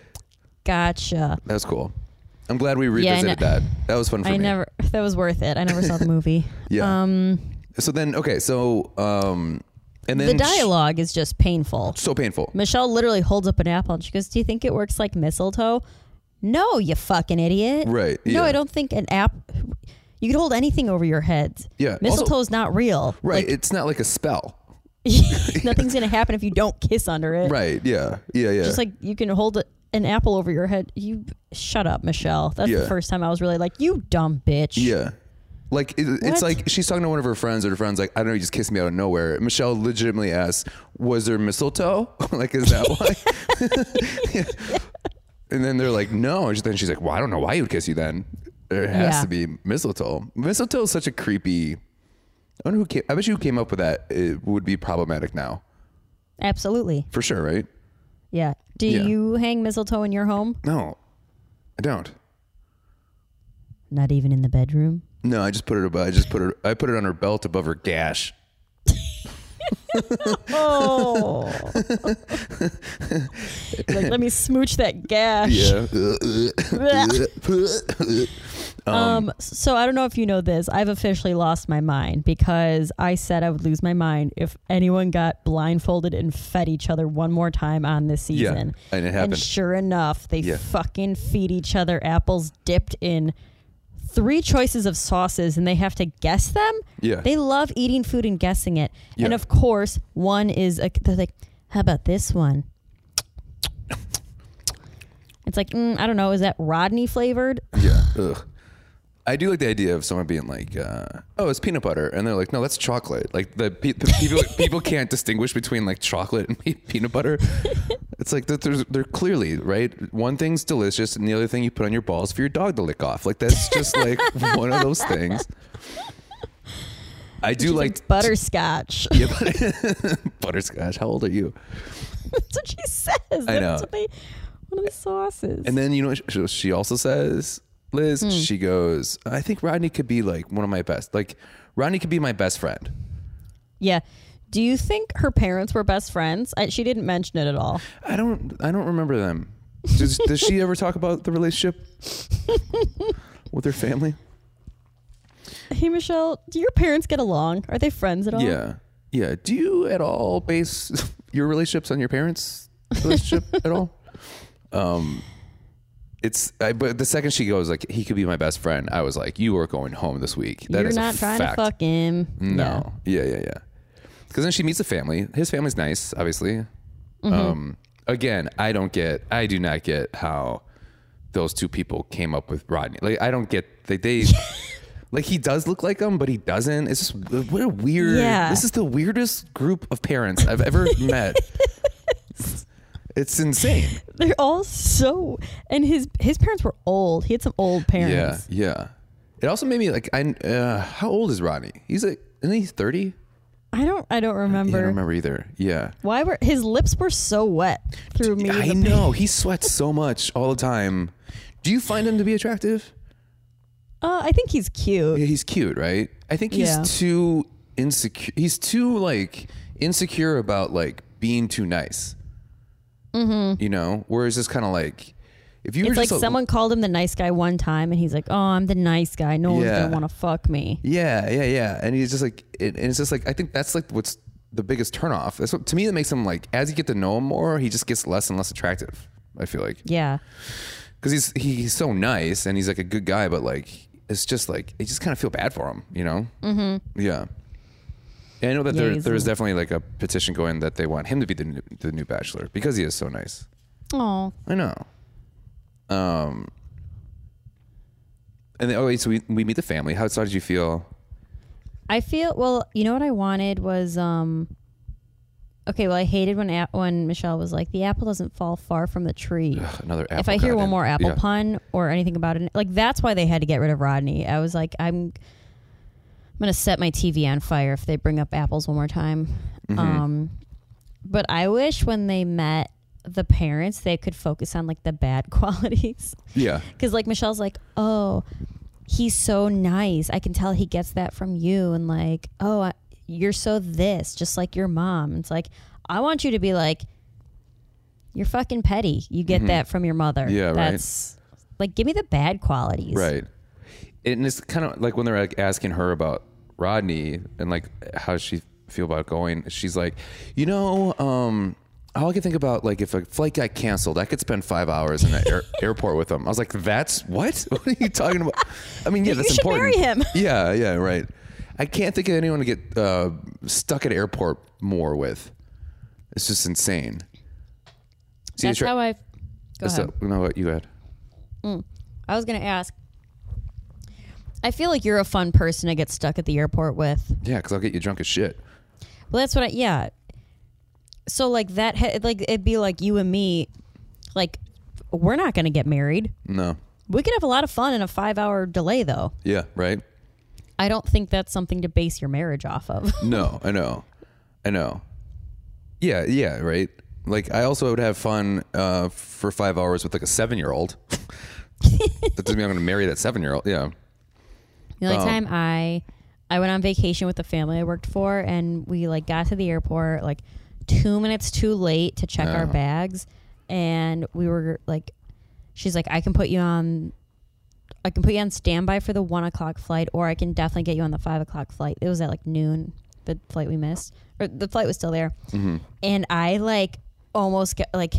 Speaker 2: <laughs> gotcha.
Speaker 3: That was cool. I'm glad we
Speaker 2: Yeah, I
Speaker 3: revisited
Speaker 2: know-
Speaker 3: that. That was fun for
Speaker 2: I
Speaker 3: me.
Speaker 2: never. That was worth it. I never saw the movie.
Speaker 3: <laughs> Yeah.
Speaker 2: Um,
Speaker 3: so then, okay, so um, and then
Speaker 2: the dialogue is just painful.
Speaker 3: so painful.
Speaker 2: Michelle literally holds up an apple and she goes, "Do you think it works like mistletoe?" No, you fucking idiot.
Speaker 3: Right,
Speaker 2: No,
Speaker 3: yeah.
Speaker 2: I don't think an app. You could hold anything over your head.
Speaker 3: Yeah, also-
Speaker 2: Mistletoe is not real.
Speaker 3: Right. it's not like a spell. <laughs>
Speaker 2: Like, <laughs> nothing's gonna happen if you don't kiss under it.
Speaker 3: Right. Yeah. Yeah. Yeah.
Speaker 2: Just like you can hold a- an apple over your head. You shut up, Michelle. That's
Speaker 3: Yeah.
Speaker 2: the first time I was really like, "You dumb bitch."
Speaker 3: Yeah. Like it,
Speaker 2: What?
Speaker 3: it's like she's talking to one of her friends, or her friends like, I don't know, you just kissed me out of nowhere. Michelle legitimately asks, "Was there mistletoe? <laughs> like, is that why?" <laughs> And then they're like, "No." And then she's like, "Well, I don't know why he would kiss you then. There has
Speaker 2: Yeah.
Speaker 3: to be mistletoe. Mistletoe is such a creepy. I wonder who came. I bet you who came up with that. It would be problematic now
Speaker 2: Absolutely.
Speaker 3: for sure, right?
Speaker 2: Yeah. Do
Speaker 3: Yeah.
Speaker 2: you hang mistletoe in your home?
Speaker 3: No, I don't.
Speaker 2: Not even in the bedroom.
Speaker 3: No, I just put it above. I just put it. I put it on her belt above her gash.
Speaker 2: Oh. like, let me smooch that gash.
Speaker 3: Yeah.
Speaker 2: <laughs> Um, so I don't know if you know this. I've officially lost my mind because I said I would lose my mind if anyone got blindfolded and fed each other one more time on this
Speaker 3: Yeah,
Speaker 2: season.
Speaker 3: and it happened.
Speaker 2: sure enough, they
Speaker 3: Yeah.
Speaker 2: fucking feed each other apples dipped in three choices of sauces and they have to guess them.
Speaker 3: Yeah.
Speaker 2: They love eating food and guessing it. And
Speaker 3: Yeah.
Speaker 2: of course, one is a, they're like, "How about this one?" It's like, mm, I don't know, is that Rodney flavored?
Speaker 3: Yeah. Ugh. I do like the idea of someone being like, uh, "Oh, it's peanut butter," and they're like, "No, that's chocolate." Like the, pe- the people people can't distinguish between like chocolate and <laughs> pe- peanut butter. It's like that there's, they're clearly right. One thing's delicious, and the other thing you put on your balls for your dog to lick off. Like that's just like one of those things. I do like
Speaker 2: butterscotch. <laughs>
Speaker 3: <laughs> Yeah, but- <laughs> butterscotch. How old are you?
Speaker 2: That's what she says. That's
Speaker 3: know.
Speaker 2: what they one of the sauces.
Speaker 3: And then you know what she- she also says, Liz.
Speaker 2: Hmm.
Speaker 3: She goes, "I think Rodney could be like one of my best. Like Rodney could be my best friend."
Speaker 2: yeah. Do you think her parents were best friends? I, she didn't mention it at all.
Speaker 3: I don't. I don't remember them. Does,
Speaker 2: <laughs>
Speaker 3: does she ever talk about the relationship with her family?
Speaker 2: Hey, Michelle, do your parents get along? Are they friends at all?
Speaker 3: Yeah, yeah. Do you at all base your relationships on your parents'
Speaker 2: <laughs>
Speaker 3: relationship at all? Um, it's. I, but the second she goes, like he could be my best friend. I was like, you are going home this week. That is
Speaker 2: You're
Speaker 3: a
Speaker 2: not trying
Speaker 3: fact.
Speaker 2: to fuck him. Yeah.
Speaker 3: No. Yeah, yeah, yeah. Because then she meets a family. His family's nice, obviously.
Speaker 2: Mm-hmm.
Speaker 3: Um, again, I don't get. I do not get how those two people came up with Rodney. Like, I don't get.
Speaker 2: <laughs>
Speaker 3: Like they. Like he does look like him, but he doesn't. It's just what a weird.
Speaker 2: Yeah.
Speaker 3: This is the weirdest group of parents
Speaker 2: <laughs>
Speaker 3: I've ever met. It's insane.
Speaker 2: They're all so and his his parents were old. He had some old parents.
Speaker 3: Yeah, yeah. It also made me like, I uh, how old is Rodney? He's like, isn't he thirty?
Speaker 2: I don't I don't remember.
Speaker 3: I don't remember either. Yeah.
Speaker 2: Why were his lips were so wet through me?
Speaker 3: I know he sweats so much all the time. Do you find him to be attractive?
Speaker 2: Uh, I think he's cute.
Speaker 3: Yeah, he's cute, right? I think he's
Speaker 2: Yeah.
Speaker 3: too insecure. He's too like insecure about like being too nice. Mm-hmm. You know, whereas it's kind of like if you were
Speaker 2: It's like
Speaker 3: just a-
Speaker 2: someone called him the nice guy one time, and he's like, "Oh, I'm the nice guy. No one's
Speaker 3: Yeah.
Speaker 2: gonna want to fuck me."
Speaker 3: Yeah, yeah, yeah. And he's just like, it, and it's just like, I think that's like what's the biggest turnoff. That's what to me that makes him like. As you get to know him more, he just gets less and less attractive. I feel like.
Speaker 2: Yeah,
Speaker 3: because he's he- he's so nice and he's like a good guy, but like it's just like I just kind of feel bad for him, you know? Mm-hmm. Yeah. And I know that
Speaker 2: Yeah,
Speaker 3: there
Speaker 2: he's
Speaker 3: there is
Speaker 2: a-
Speaker 3: definitely like a petition going that they want him to be the new, the new bachelor because he is so nice.
Speaker 2: oh,
Speaker 3: I know. Um. And then, oh wait, so we, we meet the family. How, so how did you feel?
Speaker 2: I feel well. You know what I wanted was um. Okay, well, I hated when a- when Michelle was like, "The apple doesn't fall far from the tree."
Speaker 3: Ugh, another apple.
Speaker 2: if I hear
Speaker 3: got
Speaker 2: one
Speaker 3: in.
Speaker 2: more apple
Speaker 3: Yeah.
Speaker 2: pun or anything about it, like that's why they had to get rid of Rodney. I was like, I'm, I'm gonna set my TV on fire if they
Speaker 3: Mm-hmm.
Speaker 2: bring up apples one more time. Um, but I wish when they met the parents, they could focus on like the bad <laughs> qualities.
Speaker 3: Yeah.
Speaker 2: Because like Michelle's like, oh, he's so nice. I can tell he gets that from you. And like, oh, I, you're so this, just like your mom. It's like, I want you to be like, you're fucking petty. You get that from your mother.
Speaker 3: Mm-hmm. Yeah, right.
Speaker 2: That's like, give me the bad qualities.
Speaker 3: Right. And it's kind of like when they're like asking her about Rodney and like how does she feel about going. She's like, you know, um, all I could think about like if a flight got canceled, I could spend five hours in an
Speaker 2: <laughs>
Speaker 3: air- airport with him. I was like, that's what? <laughs> What are you talking about? I mean, yeah, that's
Speaker 2: should
Speaker 3: important.
Speaker 2: marry him.
Speaker 3: <laughs> Yeah, yeah, right. I can't think of anyone to get uh, stuck at an airport more with. It's just insane. See,
Speaker 2: That's
Speaker 3: it's-
Speaker 2: how I. Go
Speaker 3: it's-
Speaker 2: ahead.
Speaker 3: no, what you had.
Speaker 2: I was gonna ask. I feel like you're a fun person to get stuck at the airport with.
Speaker 3: Yeah, because I'll get you drunk as shit.
Speaker 2: Well, that's what I yeah. So like that ha- like it'd be like you and me, like we're not gonna get married.
Speaker 3: No.
Speaker 2: We could have a lot of fun in a five hour delay though.
Speaker 3: Yeah, right?
Speaker 2: I don't think that's something to base your marriage off of. <laughs>
Speaker 3: No, I know. I know. Yeah, yeah, right. Like I also would have fun uh, for five hours with like a seven year old. <laughs> that doesn't mean I'm gonna marry that seven year old. Yeah.
Speaker 2: The only time I I went on vacation with the family I worked for and we like got to the airport like 2 minutes too late to check our bags and we were like she's like I can put you on I can put you on standby for the one o'clock flight or I can definitely get you on the five o'clock flight. It was at like noon, the flight we missed. Or the flight was still there. And I like almost got like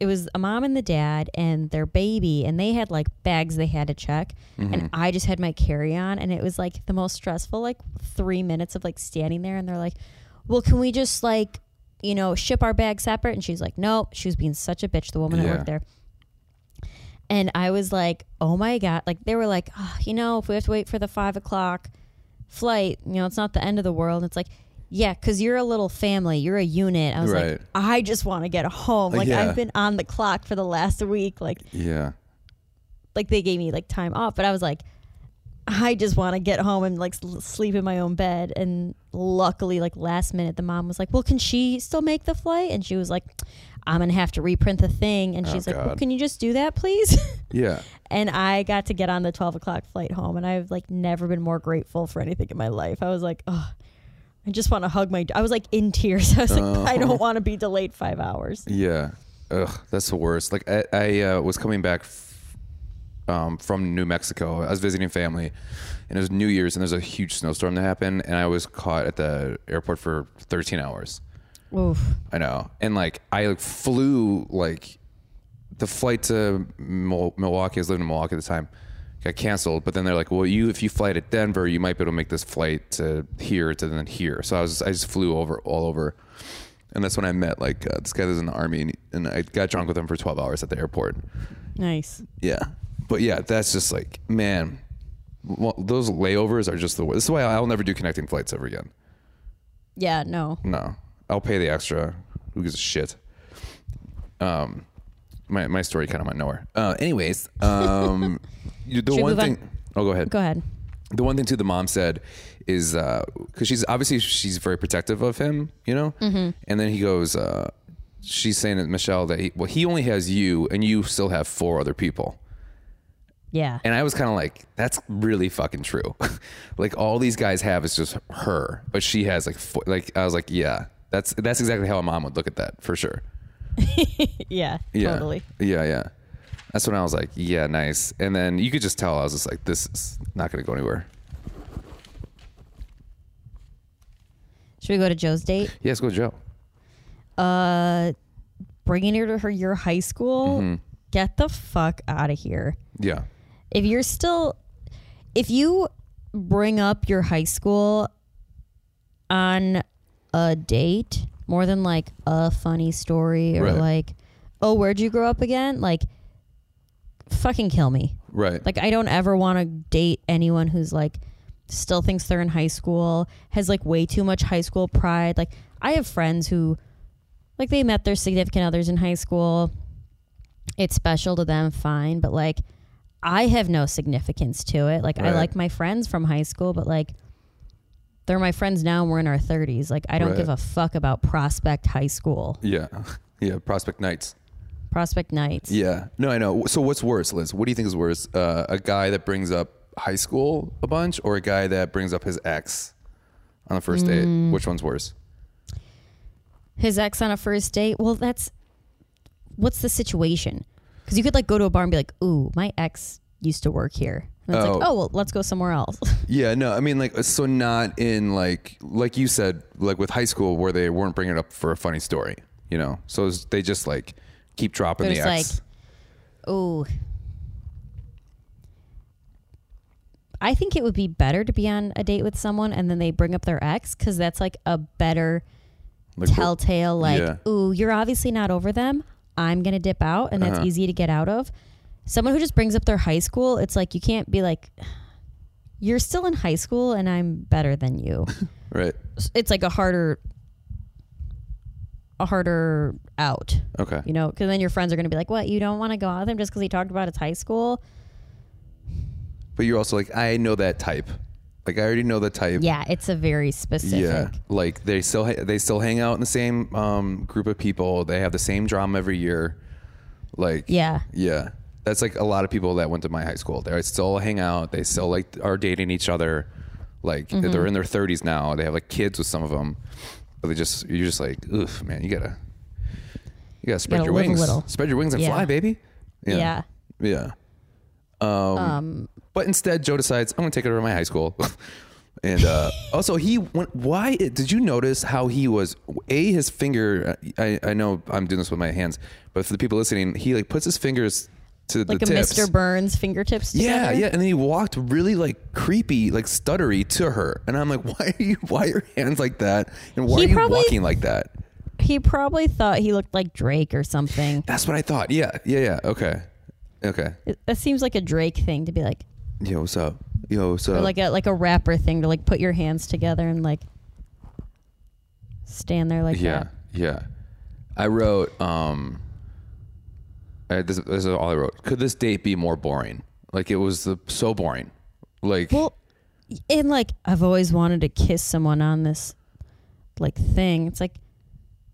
Speaker 2: it was a mom and the dad and their baby and they had like bags they had to check and i just had my carry-on and it was like the most stressful like three minutes of like standing there and they're like well can we just like you know ship our bags separate and she's like no she was being such a bitch the woman that
Speaker 3: Yeah.
Speaker 2: worked there and i was like oh my god like they were like oh, you know if we have to wait for the five o'clock flight you know it's not the end of the world it's like yeah, because you're a little family. You're a unit. I was
Speaker 3: Right.
Speaker 2: like, I just want to get home. Like
Speaker 3: Yeah.
Speaker 2: I've been on the clock for the last week. Like
Speaker 3: Yeah.
Speaker 2: like they gave me like time off, but I was like, I just want to get home and like s- sleep in my own bed. And luckily, like last minute, the mom was like, "Well, can she still make the flight?" And she was like, "I'm gonna have to reprint the thing." And she's like, well,
Speaker 3: Oh, God.
Speaker 2: "Can you just do that, please?" <laughs>
Speaker 3: Yeah.
Speaker 2: and I got to get on the 12 o'clock flight home, and I've like never been more grateful for anything in my life. I was like, oh, I just want to hug my. I was like in tears. <laughs> I was like, I don't want to be delayed five hours.
Speaker 3: Yeah. Ugh, that's the worst. Like I, I uh, was coming back f- um, from New Mexico. I was visiting family, and it was New Year's, and there's a huge snowstorm that happened, and I was caught at the airport for 13 hours.
Speaker 2: Oof.
Speaker 3: I know. And like I like, flew like the flight to Mil- Milwaukee. I was living in Milwaukee at the time. Got canceled, but then they're like, "Well, you if you fly to Denver, you might be able to make this flight to here to then here." So I was I just flew over all over, and that's when I met like uh, this guy that was in the army, and, and I got drunk with him for twelve hours at the airport.
Speaker 2: Nice.
Speaker 3: Yeah, but yeah, that's just like man, well, those layovers are just the worst. This is why I'll never do connecting flights ever again.
Speaker 2: Yeah. No.
Speaker 3: No, I'll pay the extra. Who gives a shit? Um, my my story kind of went nowhere. Uh, anyways, um,
Speaker 2: <laughs>
Speaker 3: you- the
Speaker 2: Should we
Speaker 3: one
Speaker 2: move on?
Speaker 3: thing. Oh, go ahead.
Speaker 2: Go ahead.
Speaker 3: The one thing too, the mom said is because she's obviously she's very protective of him, you know. Mm-hmm. And then he goes, uh, she's saying to Michelle that he, well, he only has you, and you still have four other people.
Speaker 2: Yeah.
Speaker 3: And I was kind of like, that's really fucking true. <laughs> like all these guys have is just her, but she has like, fo- like I was like, yeah, that's that's exactly how a mom would look at that for sure.
Speaker 2: yeah.
Speaker 3: Yeah,
Speaker 2: Totally.
Speaker 3: Yeah, yeah. That's when I was like, yeah, nice. And then you could just tell I was just like, this is not gonna go anywhere.
Speaker 2: Should we go to Joe's date?
Speaker 3: Yeah, let's go, Joe.
Speaker 2: Uh, bringing her to her your high school. Get the fuck out of here.
Speaker 3: Yeah,
Speaker 2: if you're still if you bring up your high school on a date more than like a funny story or
Speaker 3: Right.
Speaker 2: like oh where'd you grow up again like fucking kill me
Speaker 3: right.
Speaker 2: like i don't ever want to date anyone who's like still thinks they're in high school has like way too much high school pride like i have friends who like they met their significant others in high school it's special to them fine but like i have no significance to it like i
Speaker 3: Right.
Speaker 2: like my friends from high school but like they're my friends now and we're in our 30s like i don't
Speaker 3: Right.
Speaker 2: give a fuck about prospect high school
Speaker 3: <laughs> yeah, yeah. Prospect Nights.
Speaker 2: Prospect Nights.
Speaker 3: Yeah. No, I know. So what's worse, Liz? What do you think is worse? Uh, a guy that brings up high school a bunch or a guy that brings up his ex on the first
Speaker 2: Mm.
Speaker 3: date? Which one's worse?
Speaker 2: His ex on a first date. Well, that's what's the situation? Because you could like go to a bar and be like, "Ooh, my ex used to work here." And it's like,
Speaker 3: Oh.
Speaker 2: "Oh, well, let's go somewhere else." <laughs>
Speaker 3: Yeah, no, I mean like uh, so not in like like you said like with high school where they weren't bringing it up for a funny story, you know. So it's- they just like keep dropping
Speaker 2: They're
Speaker 3: the
Speaker 2: just
Speaker 3: ex.
Speaker 2: Ooh. I think it would be better to be on a date with someone and then they bring up their ex because that's like a better
Speaker 3: Like,
Speaker 2: telltale like
Speaker 3: Yeah.
Speaker 2: ooh you're obviously not over them i'm gonna dip out and that's
Speaker 3: Uh-huh.
Speaker 2: easy to get out of someone who just brings up their high school it's like you can't be like you're still in high school and i'm better than
Speaker 3: <laughs>
Speaker 2: you
Speaker 3: right.
Speaker 2: it's like a harder a harder out
Speaker 3: Okay.
Speaker 2: you know because then your friends are gonna be like what you don't want to go out with him just because he talked about his high school
Speaker 3: But you're also like I know that type. Like I already know the type.
Speaker 2: yeah it's a very specific
Speaker 3: Yeah, like they still ha- they still hang out in the same um, group of people. They have the same drama every year. Like
Speaker 2: Yeah.
Speaker 3: yeah, that's like a lot of people that went to my high school. They still hang out. They still like are dating each other. Like
Speaker 2: Mm-hmm.
Speaker 3: they're in their thirties now. They have like kids with some of them, but they just you're just like, oof, man, you gotta you gotta spread
Speaker 2: gotta
Speaker 3: your
Speaker 2: live a
Speaker 3: wings,
Speaker 2: little.
Speaker 3: spread your wings and
Speaker 2: Yeah.
Speaker 3: fly, baby.
Speaker 2: Yeah.
Speaker 3: yeah. Um, but instead, Joe decides I'm gonna take it over to my high school. <laughs> and
Speaker 2: <laughs>
Speaker 3: uh, also, he went. Why did you notice how he was? A his finger. I, I know I'm doing this with my hands, but for the people listening, he like puts his fingers to
Speaker 2: like
Speaker 3: the
Speaker 2: a
Speaker 3: tips.
Speaker 2: mr burns fingertips
Speaker 3: yeah,
Speaker 2: together.
Speaker 3: yeah, and then he walked really like creepy, like stuttery to her, and I'm like, <laughs> why are you? Why are your hands like that? And why
Speaker 2: He
Speaker 3: are you
Speaker 2: probably-
Speaker 3: walking like that?
Speaker 2: he probably thought he looked like drake or something
Speaker 3: That's what I thought. Yeah, yeah, yeah. Okay, okay.
Speaker 2: It- that seems like a drake thing to be like
Speaker 3: Yo, what's up? Yo, what's
Speaker 2: or
Speaker 3: up?
Speaker 2: like a like a rapper thing to like put your hands together and like stand there like
Speaker 3: Yeah,
Speaker 2: that.
Speaker 3: yeah. I wrote. um I, this, this is all I wrote. Could this date be more boring? Like it was the, so boring. Like
Speaker 2: Well, and like I've always wanted to kiss someone on this like thing. It's like,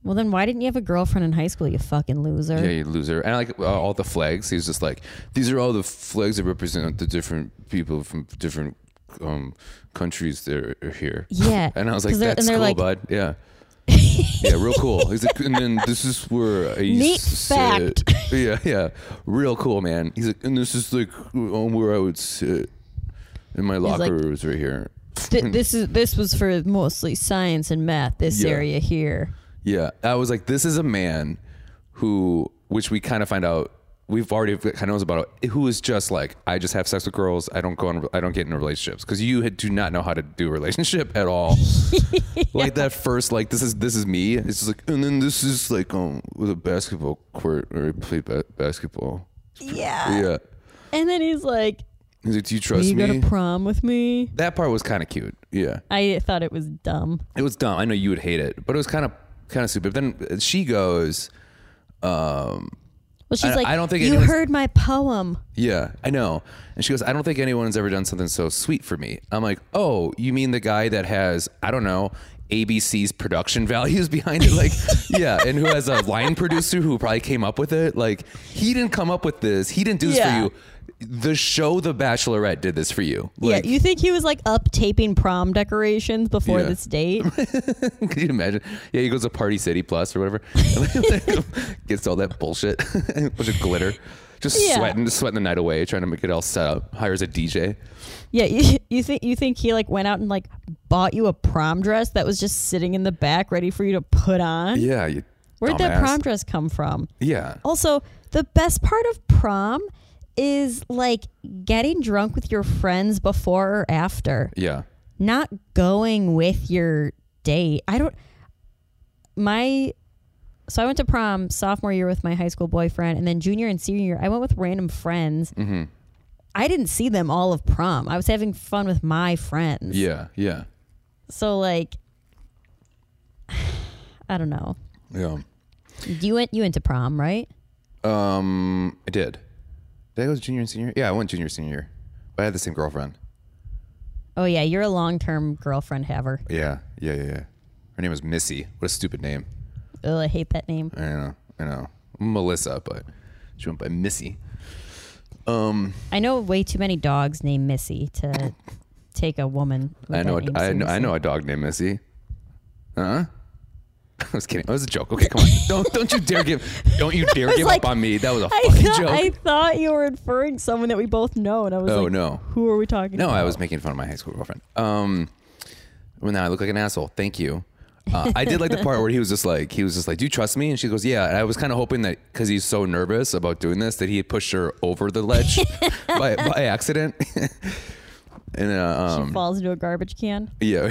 Speaker 2: well, then why didn't you have a girlfriend in high school? You fucking loser.
Speaker 3: yeah, you loser. And like uh, all the flags, he was just like, these are all the flags that represent the different people from different um countries that are here.
Speaker 2: Yeah,
Speaker 3: and <laughs> I was like,
Speaker 2: 'cause they're-
Speaker 3: that's
Speaker 2: and they're
Speaker 3: cool,
Speaker 2: like-
Speaker 3: bud.
Speaker 2: <laughs>
Speaker 3: Yeah. yeah, real cool. He's like, and then this is where I
Speaker 2: Neat
Speaker 3: sit.
Speaker 2: fact.
Speaker 3: <laughs> Yeah, yeah, real cool, man. He's like, and this is like um, where I would sit, and my
Speaker 2: like-
Speaker 3: locker room is right here. <laughs>
Speaker 2: Th- this is this was for mostly science and math. This
Speaker 3: Yeah.
Speaker 2: area here.
Speaker 3: Yeah. I was like, this is a man who, which we kind of find out, we've already kind of knows about, it, who is just like, I just have sex with girls. I don't go on, I don't get into relationships because you had- do not know how to do a relationship at all. Like that first, like, this is, this is me. It's just like, and then this is like, um, with a basketball court where I play ba- basketball.
Speaker 2: Yeah.
Speaker 3: Yeah.
Speaker 2: And then he's like,
Speaker 3: He's like, do you
Speaker 2: "Will
Speaker 3: trust
Speaker 2: "You go
Speaker 3: me?
Speaker 2: to prom with me?"
Speaker 3: that part was kind of cute. Yeah.
Speaker 2: I thought it was dumb.
Speaker 3: It was dumb. I know you would hate it, but it was kind of, kind of stupid. Then she goes, um,
Speaker 2: Well, she's
Speaker 3: I-
Speaker 2: like,
Speaker 3: I don't think
Speaker 2: you
Speaker 3: anyone's-
Speaker 2: heard my poem."
Speaker 3: Yeah, I know. And she goes, I don't think anyone's ever done something so sweet for me. I'm like, oh, you mean the guy that has, I don't know, ABC's production <laughs> values behind it? Like, yeah, and
Speaker 2: <laughs>
Speaker 3: who has a line producer who probably came up with it? Like, he didn't come up with this. He didn't do this
Speaker 2: Yeah.
Speaker 3: for you. The show The Bachelorette did this for you. Like,
Speaker 2: yeah, you think he was like up taping prom decorations before
Speaker 3: Yeah.
Speaker 2: this
Speaker 3: <laughs>
Speaker 2: date?
Speaker 3: Can you imagine? Yeah, he goes to Party City Plus or whatever. <laughs> Gets all that bullshit, <laughs> bunch of glitter, just
Speaker 2: Yeah.
Speaker 3: sweating, just sweating the night away, trying to make it all set up. Hires a DJ.
Speaker 2: yeah, you, you think you think he like went out and like bought you a prom dress that was just sitting in the back ready for you to put on?
Speaker 3: Yeah, you
Speaker 2: Where'd that
Speaker 3: dumbass.
Speaker 2: prom dress come from?
Speaker 3: Yeah,
Speaker 2: Also, the best part of prom is like getting drunk with your friends before or after.
Speaker 3: yeah.
Speaker 2: not going with your date. I don't my so I went to prom sophomore year with my high school boyfriend and then junior and senior year I went with random friends.
Speaker 3: Mm-hmm.
Speaker 2: I didn't see them all of prom. I was having fun with my friends.
Speaker 3: Yeah, yeah,
Speaker 2: So like <sighs> I don't know.
Speaker 3: yeah.
Speaker 2: You went you went to prom, right?
Speaker 3: Um, I did. Did I go junior and senior? Yeah, I went junior senior year. But I had the same girlfriend.
Speaker 2: Oh yeah, you're a long-term girlfriend haver.
Speaker 3: Yeah, yeah, yeah, yeah. Her name was Missy. What a stupid name.
Speaker 2: Oh, I hate that name.
Speaker 3: I know, I know. Melissa, but she went by Missy. Um,
Speaker 2: I know way too many dogs named Missy
Speaker 3: <laughs>
Speaker 2: to take a woman. with
Speaker 3: I know,
Speaker 2: that name
Speaker 3: a, I, know I
Speaker 2: seriously.
Speaker 3: know a dog named Missy. Huh? <laughs> I was kidding. It was a joke. Okay,
Speaker 2: <laughs>
Speaker 3: come on. Don't don't you dare give don't you dare
Speaker 2: was
Speaker 3: give
Speaker 2: like-
Speaker 3: up on me. That was a
Speaker 2: I
Speaker 3: fucking
Speaker 2: thought,
Speaker 3: joke.
Speaker 2: I thought you were inferring someone that we both know, and I was
Speaker 3: oh
Speaker 2: like,
Speaker 3: no.
Speaker 2: "Who are we talking?"
Speaker 3: No,
Speaker 2: about?
Speaker 3: I was making fun of my high school girlfriend. Um, well, now I look like an asshole. Thank you. Uh, I did like the part where he was just like, he was just like, "Do you trust me?" And she goes, "Yeah." And I was kind of hoping that because he's so nervous about doing this, that he had pushed her over the <laughs> ledge by, by accident. <laughs> and uh,
Speaker 2: She
Speaker 3: um,
Speaker 2: falls into a garbage can.
Speaker 3: yeah,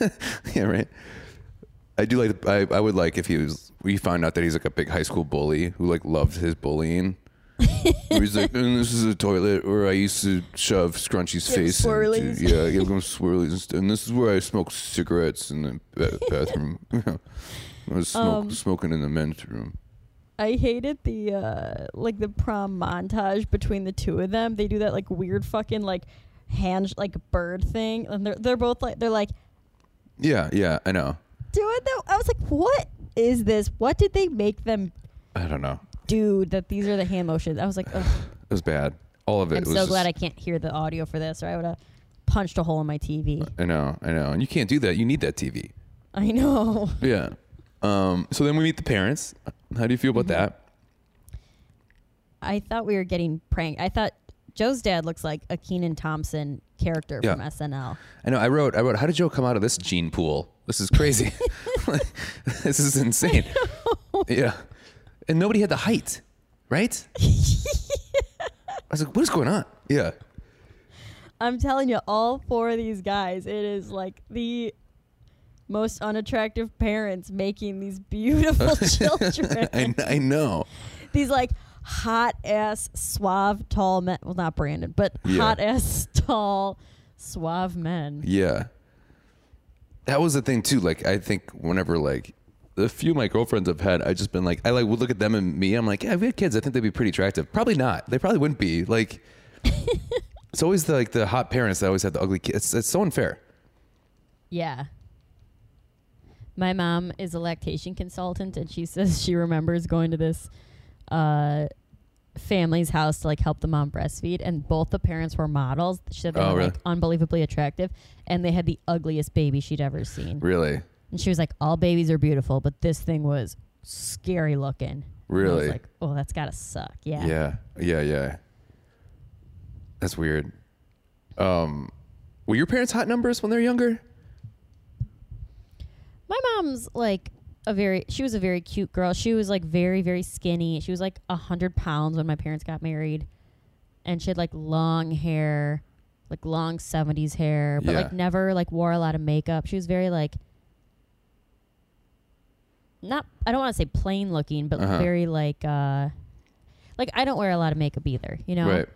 Speaker 3: <laughs> yeah, right. I do like. The, I I would like if he was. We found out that he's like a big high school bully who like loved
Speaker 2: <laughs>
Speaker 3: his bullying. Where he's like, "And this is a toilet where I used to shove Scrunchy's
Speaker 2: Give him
Speaker 3: face.
Speaker 2: swirlies.
Speaker 3: Into.
Speaker 2: <laughs>
Speaker 3: Yeah, I give him swirlies, and, st- and this is where I smoke cigarettes in the ba- bathroom. <laughs> I was smoke,
Speaker 2: Um,
Speaker 3: smoking in the men's room.
Speaker 2: I hated the uh like the prom montage between the two of them. They do that like weird fucking like hand like bird thing, and they're they're both like they're like
Speaker 3: Yeah, yeah, I know.
Speaker 2: do it though. I was like, what is this? What did they make them
Speaker 3: I don't know.
Speaker 2: do? That these are the hand motions. I was like, ugh.
Speaker 3: It was bad. All of it.
Speaker 2: I'm
Speaker 3: was
Speaker 2: so
Speaker 3: just-
Speaker 2: glad I can't hear the audio for this, or I would have punched a hole in my <laughs> TV.
Speaker 3: I know, I know. And you can't do that. You need that TV.
Speaker 2: I know.
Speaker 3: Yeah. Um, so then we meet the parents. How do you feel about that?
Speaker 2: I thought we were getting pranked. I thought Joe's dad looks like a Keenan Thompson character
Speaker 3: Yeah.
Speaker 2: from SNL.
Speaker 3: I know. I wrote. I wrote. How did Joe come out of this gene pool? This is crazy. <laughs> this is insane. Yeah. And nobody had the height, right? I was like, what is going on? Yeah.
Speaker 2: I'm telling you, all four of these guys, it is like the most unattractive parents making these beautiful
Speaker 3: <laughs>
Speaker 2: children.
Speaker 3: I, I know.
Speaker 2: these like hot ass suave tall men. Well, not Brandon, but
Speaker 3: Yeah.
Speaker 2: hot ass <laughs> tall suave men.
Speaker 3: Yeah. That was the thing too. Like I think whenever like the few my girlfriends have had, I've just been like, I like would look at them and me. I'm like, yeah, if we had kids, I think they'd be pretty attractive. Probably not. They probably wouldn't
Speaker 2: <laughs>
Speaker 3: be. Like it's always the like the hot parents that always have the ugly kids. It's, it's so unfair.
Speaker 2: Yeah. My mom is a lactation consultant, and she <laughs> says she remembers going to this uh, family's house to like help the mom breastfeed, and both the parents were models. She said they
Speaker 3: Oh,
Speaker 2: were
Speaker 3: really?
Speaker 2: like unbelievably attractive, and they had the ugliest baby she'd ever seen.
Speaker 3: Really?
Speaker 2: And she was like, "All babies are beautiful, but this thing was scary looking." And I was
Speaker 3: Really?
Speaker 2: like, "Oh, that's gotta suck." Yeah.
Speaker 3: Yeah. Yeah. Yeah. That's weird. Um, were your parents hot numbers when they were younger?
Speaker 2: My mom's like a very she was a very cute girl. She was like very, very skinny. She was like a hundred pounds when my parents got married. And she had like long hair, like long seventies hair, but
Speaker 3: Yeah.
Speaker 2: like never like wore a lot of makeup. She was very like not I don't want to say plain looking, but
Speaker 3: Uh-huh.
Speaker 2: very like uh like I don't wear a lot of makeup either, you know?
Speaker 3: Right.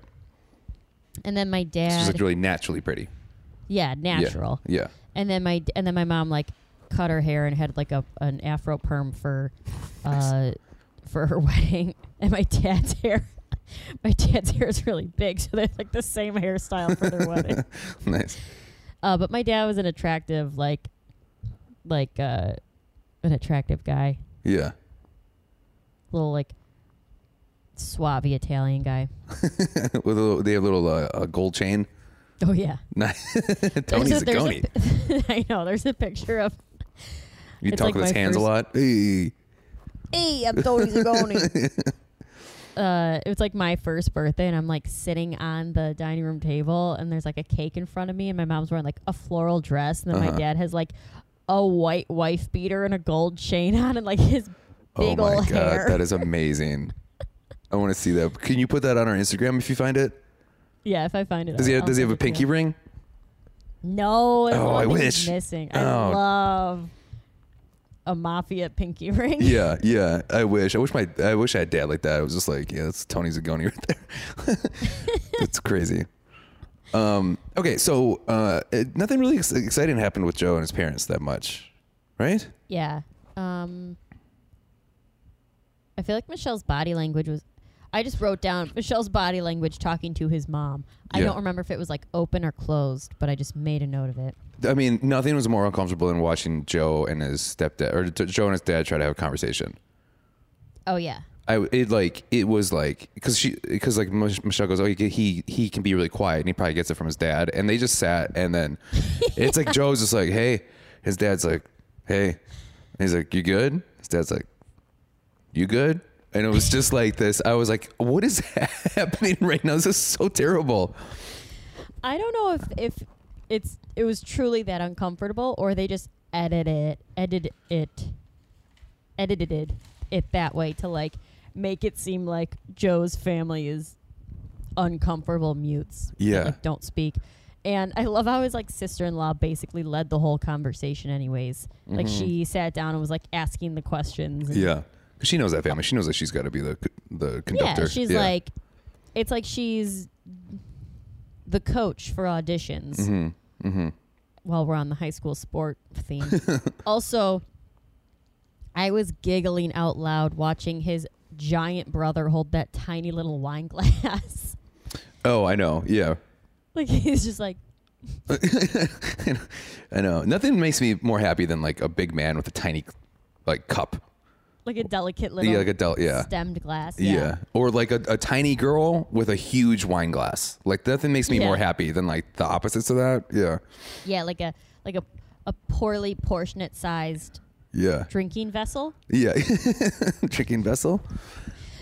Speaker 2: And then my
Speaker 3: It's
Speaker 2: dad
Speaker 3: just like really naturally pretty.
Speaker 2: Yeah,
Speaker 3: Yeah.
Speaker 2: natural.
Speaker 3: Yeah. <laughs>
Speaker 2: And then my and then my mom like cut her hair and had like a an afro perm for uh for her <laughs> wedding. And my dad's hair <laughs> my dad's hair is really big, so they're like the same hairstyle for their wedding. <laughs>
Speaker 3: nice.
Speaker 2: Uh but my dad was an attractive like like uh an attractive guy.
Speaker 3: Yeah. <laughs>
Speaker 2: Little like suave Italian guy.
Speaker 3: With a little, they have a little uh, a gold chain.
Speaker 2: Oh yeah.
Speaker 3: Nice.
Speaker 2: There's
Speaker 3: Tony's a
Speaker 2: there's
Speaker 3: Goni.
Speaker 2: pi- <laughs> I know, there's a picture of
Speaker 3: You
Speaker 2: it's
Speaker 3: talk
Speaker 2: like
Speaker 3: with his
Speaker 2: my
Speaker 3: hands a
Speaker 2: first-
Speaker 3: lot. Hey.
Speaker 2: hey, I'm Tony Zagoni. uh, it was like my first birthday, and I'm like sitting on the dining room table, and there's like a cake in front of me, and my mom's wearing like a floral dress, and then
Speaker 3: Uh-huh.
Speaker 2: my dad has like a white wife beater and a gold chain <laughs> on, and like his
Speaker 3: Oh
Speaker 2: big
Speaker 3: my
Speaker 2: old
Speaker 3: god,
Speaker 2: hair.
Speaker 3: that is amazing. I want to see that. Can you put that on our Instagram if you find it?
Speaker 2: yeah, if I find it,
Speaker 3: Does he
Speaker 2: I'll-
Speaker 3: have, does he
Speaker 2: I'll
Speaker 3: have a
Speaker 2: send it to
Speaker 3: pinky
Speaker 2: you.
Speaker 3: ring?
Speaker 2: No, it's
Speaker 3: Oh,
Speaker 2: the
Speaker 3: I
Speaker 2: one thing
Speaker 3: wish.
Speaker 2: he's missing.
Speaker 3: Oh.
Speaker 2: I love a mafia pinky <laughs> ring.
Speaker 3: Yeah, yeah. I wish. I wish my. I wish I had dad like that. I was just like, yeah, that's Tony Zagoni <laughs> right there. That's crazy. Um. Okay. So, uh, it, nothing really ex- exciting happened with Joe and his parents that much, right?
Speaker 2: Yeah. Um I feel like Michelle's body language was I just wrote down <laughs> Michelle's body language talking to his mom. I
Speaker 3: Yeah.
Speaker 2: don't remember if it was like open or closed, but I just made a note of it.
Speaker 3: I mean, nothing was more uncomfortable than watching Joe and his stepdad, or t- Joe and his dad, try to have a conversation.
Speaker 2: Oh yeah.
Speaker 3: I it like it was like because she because like Mich- Michelle goes oh he, he he can be really quiet and he probably gets it from his dad and they just sat
Speaker 2: <laughs>
Speaker 3: and then it's like Joe's just like hey his dad's like hey and he's like you good his dad's like you good and it
Speaker 2: <laughs>
Speaker 3: was just like this I was like what is <laughs> happening right now this is so terrible
Speaker 2: I don't know if if it's it was truly that uncomfortable or they just edit it, edit it, edited it that way to like make it seem like Joe's family is uncomfortable mutes. that,
Speaker 3: Yeah.
Speaker 2: like, don't speak. And I love how his like sister-in-law basically led the whole conversation anyways. Like she sat down and was like asking the questions. and-
Speaker 3: Mm-hmm. yeah 'Cause she knows that family she knows that she's got to be the the
Speaker 2: yeah,
Speaker 3: conductor
Speaker 2: she's like, it's like she's the coach for auditions.
Speaker 3: hmm hmm
Speaker 2: While we're on the high school sport
Speaker 3: <laughs>
Speaker 2: theme, also, I was giggling out loud watching his giant brother hold that tiny little wine <laughs> glass.
Speaker 3: oh I know yeah
Speaker 2: like he's just like,
Speaker 3: <laughs> I know. Nothing makes me more happy than like a big man with a tiny like cup.
Speaker 2: like a delicate little
Speaker 3: yeah, like a del- yeah.
Speaker 2: stemmed glass.
Speaker 3: yeah. Or like a, a tiny girl with a huge wine glass. Like nothing makes me
Speaker 2: Yeah.
Speaker 3: more happy than like the opposites of that. Yeah.
Speaker 2: yeah, like a like a a poorly portionate sized
Speaker 3: Yeah.
Speaker 2: drinking vessel.
Speaker 3: Yeah. <laughs> Drinking vessel.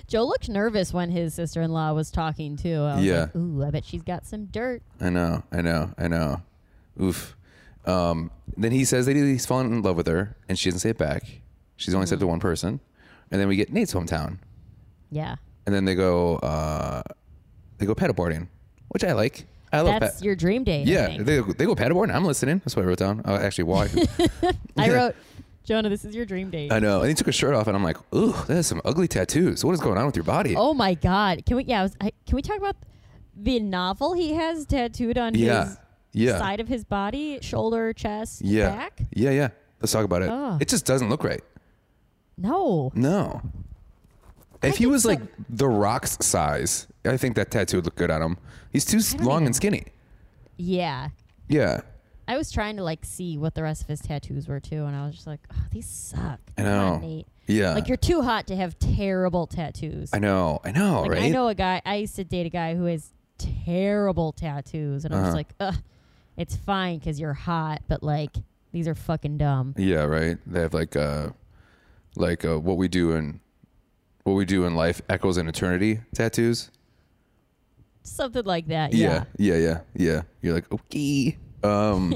Speaker 2: Joe looked nervous when his sister in law was talking too. I was
Speaker 3: Yeah.
Speaker 2: like, Ooh, I bet she's got some dirt.
Speaker 3: I know. I know. I know. Oof. Um, then he says that he's fallen in love with her and she doesn't say it back. She's only
Speaker 2: Mm-hmm.
Speaker 3: said to one person. And then we get Nate's hometown.
Speaker 2: Yeah.
Speaker 3: And then they go uh they go paddleboarding, which I like. I love
Speaker 2: That's
Speaker 3: pad-
Speaker 2: your dream date. I
Speaker 3: Yeah,
Speaker 2: think.
Speaker 3: they, they go paddleboarding. I'm listening. That's what I wrote down. Uh, actually, why?
Speaker 2: <laughs>
Speaker 3: <laughs>
Speaker 2: I wrote, Jonah, this is your dream date.
Speaker 3: I know. And he took his shirt off, and I'm like, ooh, that has some ugly tattoos. What is going on with your body?
Speaker 2: oh my God. Can we, yeah, I was, I, can we talk about the novel he has tattooed on
Speaker 3: yeah,
Speaker 2: his
Speaker 3: yeah,
Speaker 2: side of his body, shoulder, chest,
Speaker 3: yeah,
Speaker 2: back?
Speaker 3: yeah, yeah. Let's talk about it.
Speaker 2: Oh.
Speaker 3: It just doesn't look right.
Speaker 2: No.
Speaker 3: No. If he
Speaker 2: think
Speaker 3: was
Speaker 2: so.
Speaker 3: like the Rock's size, I think that tattoo would look good on him. He's too s-
Speaker 2: I don't
Speaker 3: long
Speaker 2: even-
Speaker 3: and skinny.
Speaker 2: Yeah.
Speaker 3: Yeah,
Speaker 2: I was trying to like see what the rest of his tattoos were too, and I was just like, oh, these suck.
Speaker 3: I
Speaker 2: Come on,
Speaker 3: know.
Speaker 2: Nate.
Speaker 3: yeah.
Speaker 2: Like, you're too hot to have terrible tattoos.
Speaker 3: I know. I know.
Speaker 2: Like
Speaker 3: right.
Speaker 2: I know a guy. I used to date a guy who has terrible tattoos, and I'm just
Speaker 3: Uh-huh.
Speaker 2: like, ugh, it's fine because you're hot, but like these are fucking dumb.
Speaker 3: Yeah, right. They have like uh like uh what we do in what we do in life echoes in eternity tattoos.
Speaker 2: Something like that. Yeah.
Speaker 3: Yeah, yeah, yeah. yeah. You're like, okay.
Speaker 2: <laughs>
Speaker 3: Um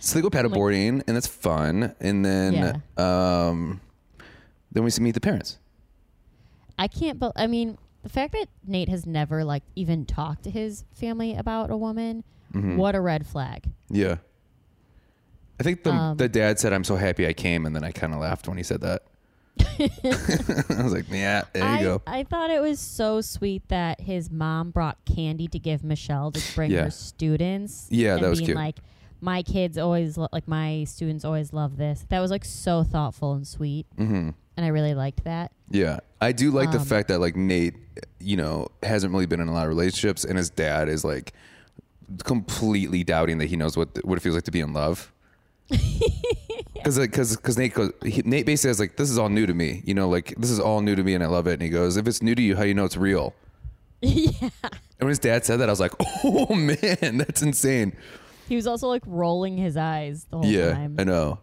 Speaker 3: so they go paddleboarding and that's fun. And then um then we see meet the parents.
Speaker 2: I can't. But I mean, the fact that Nate has never like even talked to his family about a woman,
Speaker 3: Mm-hmm.
Speaker 2: what a red flag.
Speaker 3: Yeah. I think the
Speaker 2: Um,
Speaker 3: the dad said I'm so happy I came and then I kinda laughed when he
Speaker 2: <laughs>
Speaker 3: said that. <laughs> I was like, Yeah, there you
Speaker 2: I,
Speaker 3: go.
Speaker 2: I thought it was so sweet that his mom brought candy to give Michelle to bring
Speaker 3: Yeah.
Speaker 2: her students.
Speaker 3: Yeah,
Speaker 2: and
Speaker 3: that was
Speaker 2: being
Speaker 3: cute.
Speaker 2: Like my kids always lo- like my students always love this. That was like so thoughtful and sweet,
Speaker 3: mm-hmm.
Speaker 2: and I really liked that.
Speaker 3: Yeah, I do like the
Speaker 2: Um,
Speaker 3: fact that like Nate, you know, hasn't really been in a lot of relationships, and his dad is like completely doubting that he knows what what it feels like to be
Speaker 2: <laughs>
Speaker 3: in love. Because because because Nate goes, he, Nate basically is like, this is all new to me, you know, like this is all new to me, and I love it. And he goes, if it's new to you, how do you know it's real?
Speaker 2: <laughs> yeah,
Speaker 3: And when his dad said that, I was like, <laughs> oh man, that's insane.
Speaker 2: he was also like rolling his eyes the whole
Speaker 3: yeah, uh,
Speaker 2: time.
Speaker 3: I know.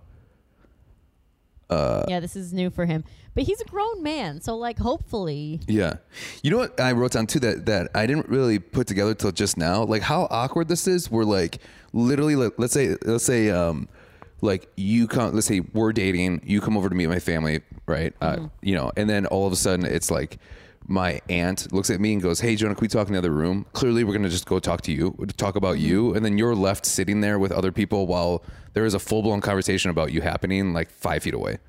Speaker 2: yeah, this is new for him, but he's a grown man, so like hopefully,
Speaker 3: Yeah. You know what I wrote down too that that I didn't really put together till just now. Like how awkward this is. We're like literally like, let's say let's say um like you come let's say we're dating, you come over to meet my family, right? Uh, you know, and then all of a sudden it's like my aunt looks at me and goes, "Hey, Jonah, can we talk in the other room?" Clearly, we're gonna just go talk to you, talk about you, and then you're left sitting there with other people while there is a full blown conversation about you happening like five feet away.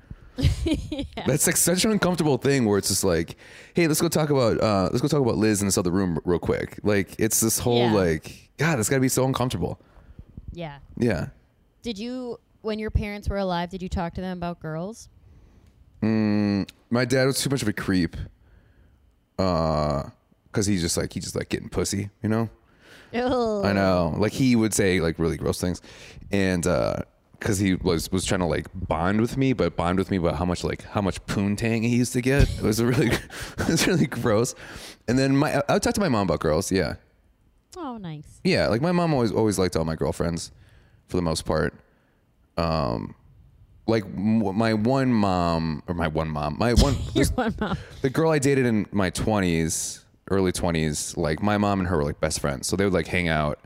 Speaker 3: That's like such an uncomfortable thing where it's just like, hey, let's go talk about uh, let's go talk about Liz in this other room real quick. Like it's this whole
Speaker 2: Yeah.
Speaker 3: like God, it's got to be so uncomfortable.
Speaker 2: yeah.
Speaker 3: Yeah.
Speaker 2: Did you when your parents were alive? Did you talk to them about
Speaker 3: <laughs>
Speaker 2: girls?
Speaker 3: Mm, My dad was too much of a creep, uh, cause he's just like he just like getting pussy, you know.
Speaker 2: Ew.
Speaker 3: I know. Like he would say like really gross things, and uh, because he was was trying to like bond with me, but bond with me about how much like how much poontang he used to get. It was really, <laughs> it was really gross. And then my I would talk to my mom about girls. Yeah,
Speaker 2: Oh, nice.
Speaker 3: yeah. Like my mom always always liked all my girlfriends, for the most part. Um, like m- my one mom or my one mom,
Speaker 2: <laughs>
Speaker 3: my one
Speaker 2: Your one mom.
Speaker 3: the girl I dated in my 20s, early 20s, like my mom and her were like best friends. So they would like hang out.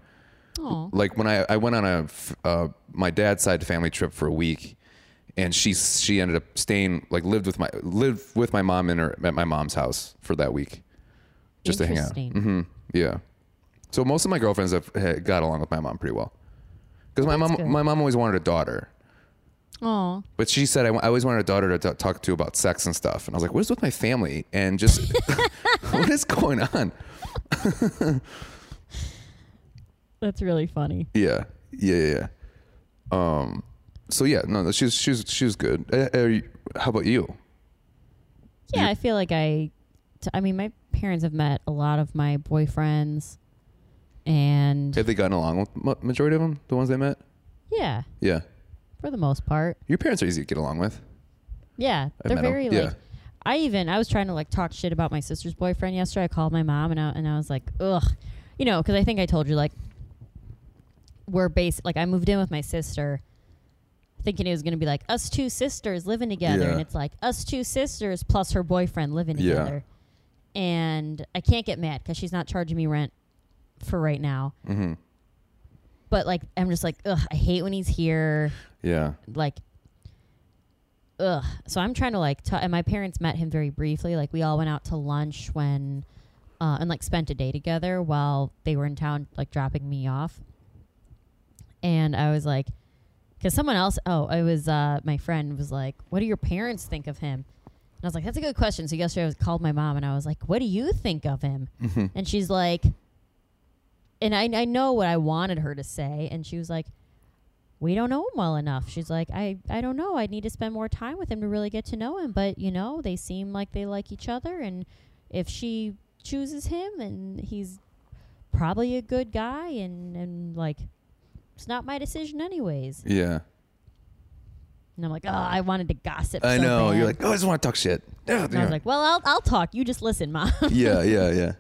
Speaker 2: Oh,
Speaker 3: Like when I, I went on a f- uh, my dad's side family trip for a week and she she ended up staying like lived with my lived with my mom in her at my mom's house for that week just to hang out.
Speaker 2: Interesting.
Speaker 3: hmm Yeah. So most of my girlfriends have ha- got along with my mom pretty well. Cuz my mom
Speaker 2: good.
Speaker 3: my mom always wanted a daughter. Mm.
Speaker 2: oh,
Speaker 3: But she said, I, I always wanted a daughter to t- talk to about sex and stuff. And I was like, what is with my family? And just, <laughs> what is going on?
Speaker 2: that's really funny.
Speaker 3: Yeah. Yeah. Yeah. yeah. Um, so yeah, no, she's, she's, she's good. Uh, uh, you- how about you?
Speaker 2: Yeah, I feel like I. T- I mean, my parents have met a lot of my boyfriends, and
Speaker 3: Have they gotten along with ma- majority of them? The ones they met?
Speaker 2: yeah,
Speaker 3: Yeah.
Speaker 2: for the most part,
Speaker 3: Your parents are easy to get along with.
Speaker 2: yeah,
Speaker 3: I've
Speaker 2: they're
Speaker 3: met 'em.
Speaker 2: very
Speaker 3: Yeah.
Speaker 2: like. I even I was trying to like talk shit about my sister's boyfriend yesterday. I called my mom and I and I was like, ugh, you know, because I think I told you like we're basic. Like I moved in with my sister, thinking it was gonna be like us two sisters living together,
Speaker 3: Yeah.
Speaker 2: and it's like us two sisters plus her boyfriend living
Speaker 3: Yeah.
Speaker 2: together. And I can't get mad because she's not charging me rent for right now.
Speaker 3: Mm-hmm.
Speaker 2: But like I'm just like, ugh, I hate when he's here
Speaker 3: Yeah.
Speaker 2: like ugh so i'm trying to like t- and my parents met him very briefly like we all went out to lunch when uh, and like spent a day together while they were in town like dropping me off and i was like because someone else oh it was uh, my friend was like what do your parents think of him and i was like that's a good question so yesterday i was called my mom and i was like what do you think of him
Speaker 3: Mm-hmm.
Speaker 2: and she's like, and I, I know what I wanted her to say. And she was like, we don't know him well enough. She's like, I, I don't know. I need to spend more time with him to really get to know him. But, you know, they seem like they like each other. And if she chooses him, then he's probably a good guy. And, and like, it's not my decision, anyways.
Speaker 3: Yeah.
Speaker 2: And I'm like, oh, I wanted to gossip.
Speaker 3: I
Speaker 2: so
Speaker 3: know.
Speaker 2: bad."
Speaker 3: You're like, oh, I just want to talk shit. Yeah.
Speaker 2: And I was like, well, I'll, I'll talk. You just listen, mom.
Speaker 3: yeah. Yeah. Yeah.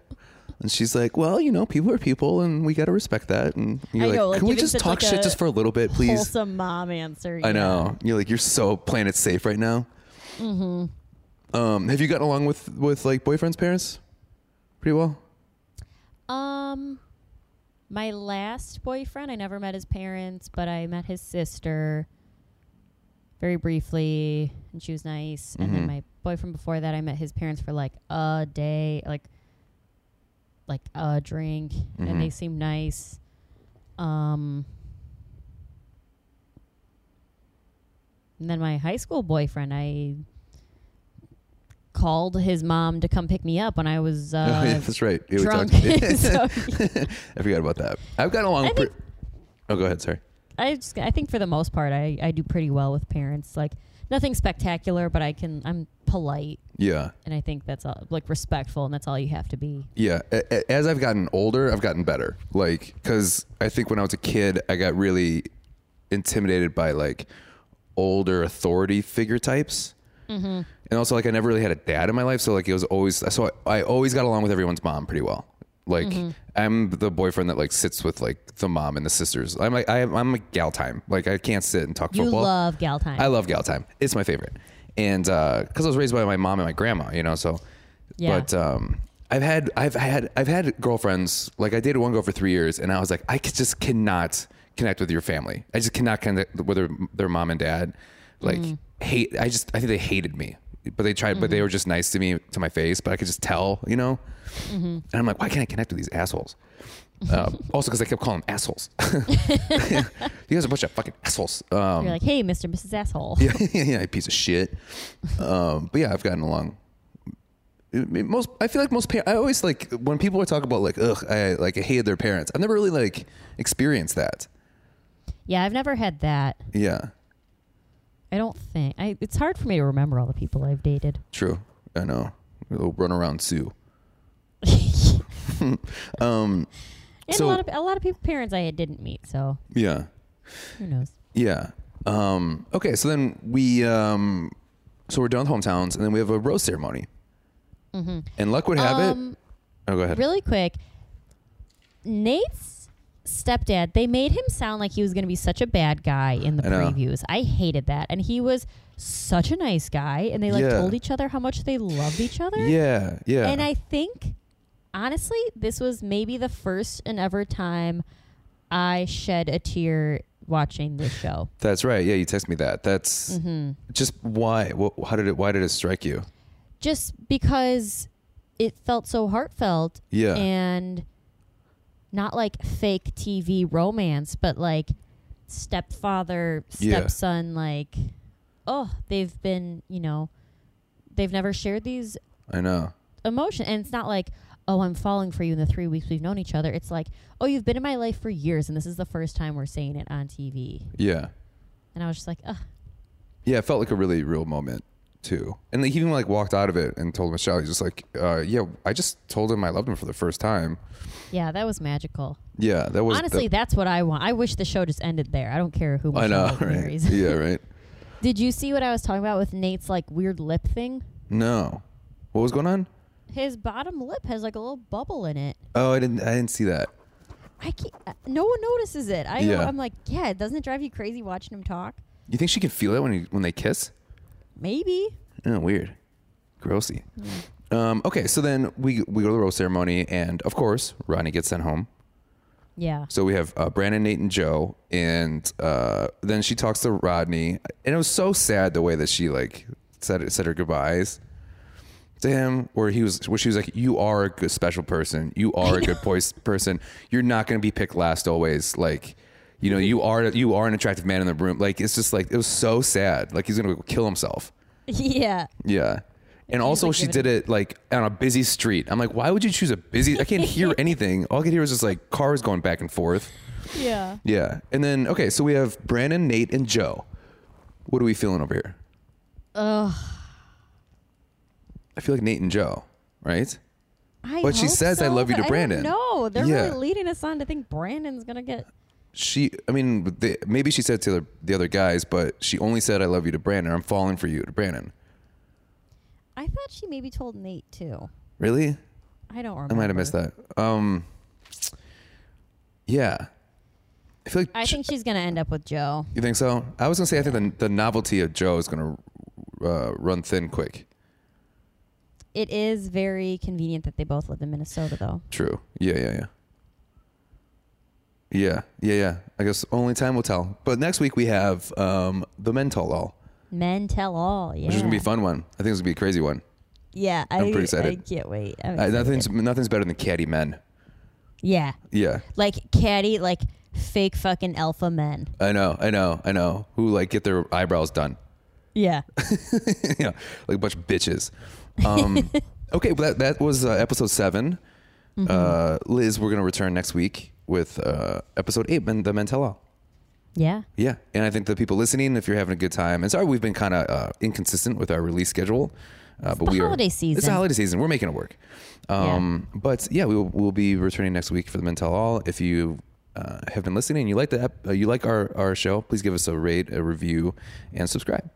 Speaker 3: And she's like, well, you know, people are people and we got to respect that. And you're
Speaker 2: I
Speaker 3: like,
Speaker 2: know, like,
Speaker 3: can we
Speaker 2: giving
Speaker 3: just
Speaker 2: such,
Speaker 3: talk
Speaker 2: like,
Speaker 3: shit
Speaker 2: a
Speaker 3: just for a little bit,
Speaker 2: <laughs>
Speaker 3: please?
Speaker 2: Wholesome mom answer.
Speaker 3: I
Speaker 2: yeah.
Speaker 3: know. You're like you're so playing it safe right now. Mm-hmm. Um, have you gotten along with with like boyfriend's parents pretty well?
Speaker 2: Um, my last boyfriend, I never met his parents, but I met his sister very briefly, and she was nice. And then
Speaker 3: Mhm.
Speaker 2: my boyfriend before that, I met his parents for like a day, like like a drink,
Speaker 3: Mhm.
Speaker 2: and they seemed nice. Um. And then my high school boyfriend, I called his mom to come pick me up when I was uh,
Speaker 3: <laughs> oh, yeah, that's right. Yeah, we
Speaker 2: drunk. <laughs>
Speaker 3: talked-
Speaker 2: So,
Speaker 3: <laughs> I forgot about that. I've gotten along.
Speaker 2: I
Speaker 3: Pre- oh, go ahead. Sorry.
Speaker 2: I just I think for the most part I, I do pretty well with parents. Like nothing spectacular, but I can I'm polite
Speaker 3: Yeah,
Speaker 2: and I think that's all like respectful and that's all you have to be.
Speaker 3: yeah. A- a- As I've gotten older, I've gotten better. Like, because I think when I was a kid, I got really intimidated by like older authority figure types. and also like I never really had a dad in my life, so like it was always so I, I always got along with everyone's mom pretty well. Like I'm the boyfriend that like sits with like the mom and the sisters. I'm like I, I'm a gal time. Like I can't sit and talk
Speaker 2: You
Speaker 3: football.
Speaker 2: love gal time.
Speaker 3: I love gal time. It's my favorite, and because I was raised by my mom and my grandma, you know. So,
Speaker 2: Yeah.
Speaker 3: but um, I've had I've had I've had girlfriends. Like I dated one girl for three years, and I was like, I could- just cannot connect with your family. I just cannot connect with their, their mom and dad. Like
Speaker 2: Mm.
Speaker 3: hate. I just I think they hated me, but they tried.
Speaker 2: Mm-hmm.
Speaker 3: But they were just nice to me to my face. But I could just tell, you know.
Speaker 2: Mm-hmm.
Speaker 3: And I'm like, why can't I connect with these
Speaker 2: <laughs>
Speaker 3: assholes? Uh, also, because I kept calling them assholes. <laughs> you guys are a bunch of fucking assholes. Um,
Speaker 2: You're like, hey, Mr. Mrs. Asshole.
Speaker 3: yeah, <laughs> yeah, yeah, you piece of shit. Um, but yeah, I've gotten along. I mean, Most, I feel like most parents. I always like when people talk about like, ugh, I like I hated their parents. I've never really like experienced that.
Speaker 2: Yeah, I've never had that.
Speaker 3: Yeah,
Speaker 2: I don't think I it's hard for me to remember all the people I've dated.
Speaker 3: true. I know. Little
Speaker 2: <laughs>
Speaker 3: runaround Sue. <laughs> Um,
Speaker 2: And
Speaker 3: So-
Speaker 2: a lot of a lot of people parents I didn't meet, so
Speaker 3: yeah,
Speaker 2: who knows.
Speaker 3: yeah. Um, okay, so then we um, so we're done with hometowns, and then we have a rose ceremony. And luck would have
Speaker 2: Mm-hmm. Um,
Speaker 3: it. Oh, go ahead.
Speaker 2: Really quick, Nate's stepdad, they made him sound like he was going to be such a bad guy in the
Speaker 3: I know.
Speaker 2: previews. I hated that. And he was such a nice guy. And they like
Speaker 3: Yeah.
Speaker 2: told each other how much they loved each other.
Speaker 3: Yeah, yeah.
Speaker 2: And I think, honestly, this was maybe the first and ever time I shed a tear watching this show.
Speaker 3: That's right. Yeah, you text me that. That's
Speaker 2: Mm-hmm.
Speaker 3: just why. Wh- how did it? Why did it strike you?
Speaker 2: Just because it felt so heartfelt
Speaker 3: Yeah.
Speaker 2: and not like fake TV romance, but like stepfather,
Speaker 3: Yeah.
Speaker 2: stepson, like, oh, they've been, you know, they've never shared these
Speaker 3: I know.
Speaker 2: emotion and it's not like oh i'm falling for you in the three weeks we've known each other it's like oh you've been in my life for years and this is the first time we're saying it on tv
Speaker 3: Yeah,
Speaker 2: and i was just like ugh
Speaker 3: yeah. It felt like a really real moment too. And like, he even like walked out of it and told Michelle. He's just like, uh, yeah. I just told him I loved him for the first time.
Speaker 2: yeah that was magical
Speaker 3: Yeah, that was
Speaker 2: honestly that's what i want i wish the show just ended there i don't care who
Speaker 3: that- I know.
Speaker 2: Michelle
Speaker 3: Right?
Speaker 2: marries.
Speaker 3: Yeah. Right.
Speaker 2: did you see what i was talking about with nate's like weird lip thing
Speaker 3: No. What was going on?
Speaker 2: his bottom lip has like a little bubble in it
Speaker 3: Oh, I didn't. I didn't see that.
Speaker 2: i can't uh, no one notices it i
Speaker 3: Yeah.
Speaker 2: i'm like yeah doesn't it drive you crazy watching him talk
Speaker 3: You think she can feel that when he, when they kiss?
Speaker 2: maybe
Speaker 3: Oh, weird. Grossy.
Speaker 2: Mm.
Speaker 3: Um, okay, so then we we go to the rose ceremony, and of course, Ronnie gets sent home.
Speaker 2: yeah
Speaker 3: So we have uh, Brandon, Nate, and Joe, and uh, then she talks to Rodney, and it was so sad the way that she like said said her goodbyes to him, where he was where she was like, "You are a good special person. You are a good poise person. You're not going to be picked last always. Like, you know, you are you are an attractive man in the room. Like, it's just like it was so sad. Like he's going to go kill himself.
Speaker 2: <laughs> yeah
Speaker 3: Yeah." And also,
Speaker 2: like,
Speaker 3: she
Speaker 2: giving
Speaker 3: did it like on a busy street. I'm like, why would you choose a busy? I can't hear anything. All I could hear was just like cars going back and forth.
Speaker 2: yeah
Speaker 3: Yeah. And then, okay, so we have Brandon, Nate, and Joe. What are we feeling over here?
Speaker 2: ugh
Speaker 3: I feel like Nate and Joe, right?
Speaker 2: I
Speaker 3: But she
Speaker 2: hope
Speaker 3: says, "I
Speaker 2: so,
Speaker 3: love you
Speaker 2: but I
Speaker 3: to
Speaker 2: don't
Speaker 3: Brandon."
Speaker 2: know. they're
Speaker 3: Yeah.
Speaker 2: really leading us on to think Brandon's gonna get.
Speaker 3: She, I mean, they, maybe she said to the, the other guys, but she only said, I love you to Brandon. I'm falling for you to Brandon.
Speaker 2: I thought she maybe told Nate too.
Speaker 3: Really?
Speaker 2: I don't remember.
Speaker 3: I might have missed that. Um, yeah. I feel like,
Speaker 2: I
Speaker 3: Jo-
Speaker 2: think she's gonna end up with Joe.
Speaker 3: you think so? I was going to say, I think the, the novelty of Joe is going to uh, run thin quick.
Speaker 2: It is very convenient that they both live in Minnesota, though.
Speaker 3: True. Yeah, yeah, yeah. Yeah, yeah, yeah. I guess only time will tell. But next week we have um, the men tell all,
Speaker 2: Men tell all. Yeah.
Speaker 3: which is gonna be a fun one. I think it's gonna be a crazy one.
Speaker 2: Yeah, I,
Speaker 3: I'm pretty
Speaker 2: I
Speaker 3: excited.
Speaker 2: can't wait. I'm
Speaker 3: I,
Speaker 2: excited.
Speaker 3: nothing's nothing's better than caddy men.
Speaker 2: Yeah,
Speaker 3: Yeah,
Speaker 2: like catty, like fake fucking alpha men.
Speaker 3: I know, I know, I know. Who like get their eyebrows done? <laughs>
Speaker 2: Yeah.
Speaker 3: yeah, like a bunch of bitches. Um, okay, well that that was uh, episode 7 Uh, Liz, we're gonna return next week with uh, episode eight, men, the men tell all.
Speaker 2: Yeah.
Speaker 3: Yeah, and I think the people listening, if you're having a good time, and sorry we've been kind of uh, inconsistent with our release schedule, uh, but
Speaker 2: the
Speaker 3: we
Speaker 2: holiday
Speaker 3: are, It's
Speaker 2: season.
Speaker 3: the holiday season. We're making it work. Um, But yeah, we will we'll be returning next week for the Mental All. If you uh, have been listening and you like the ep- uh, you like our our show, please give us a rate, a review, and subscribe.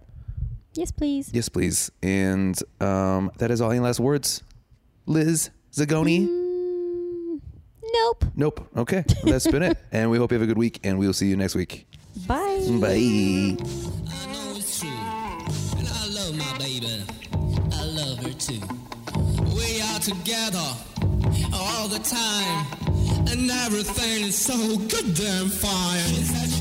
Speaker 2: Yes, please.
Speaker 3: Yes, please. And um, that is all. Any last words, Liz Zagoni?
Speaker 2: Mm, nope.
Speaker 3: Nope. Okay, that's
Speaker 2: <laughs>
Speaker 3: been it. And we hope you have a good week, and we will see you next week.
Speaker 2: Bye.
Speaker 3: Bye.
Speaker 4: I know it's true. And I love my baby. I love her too. We are together all the time. And everything is so goddamn fine.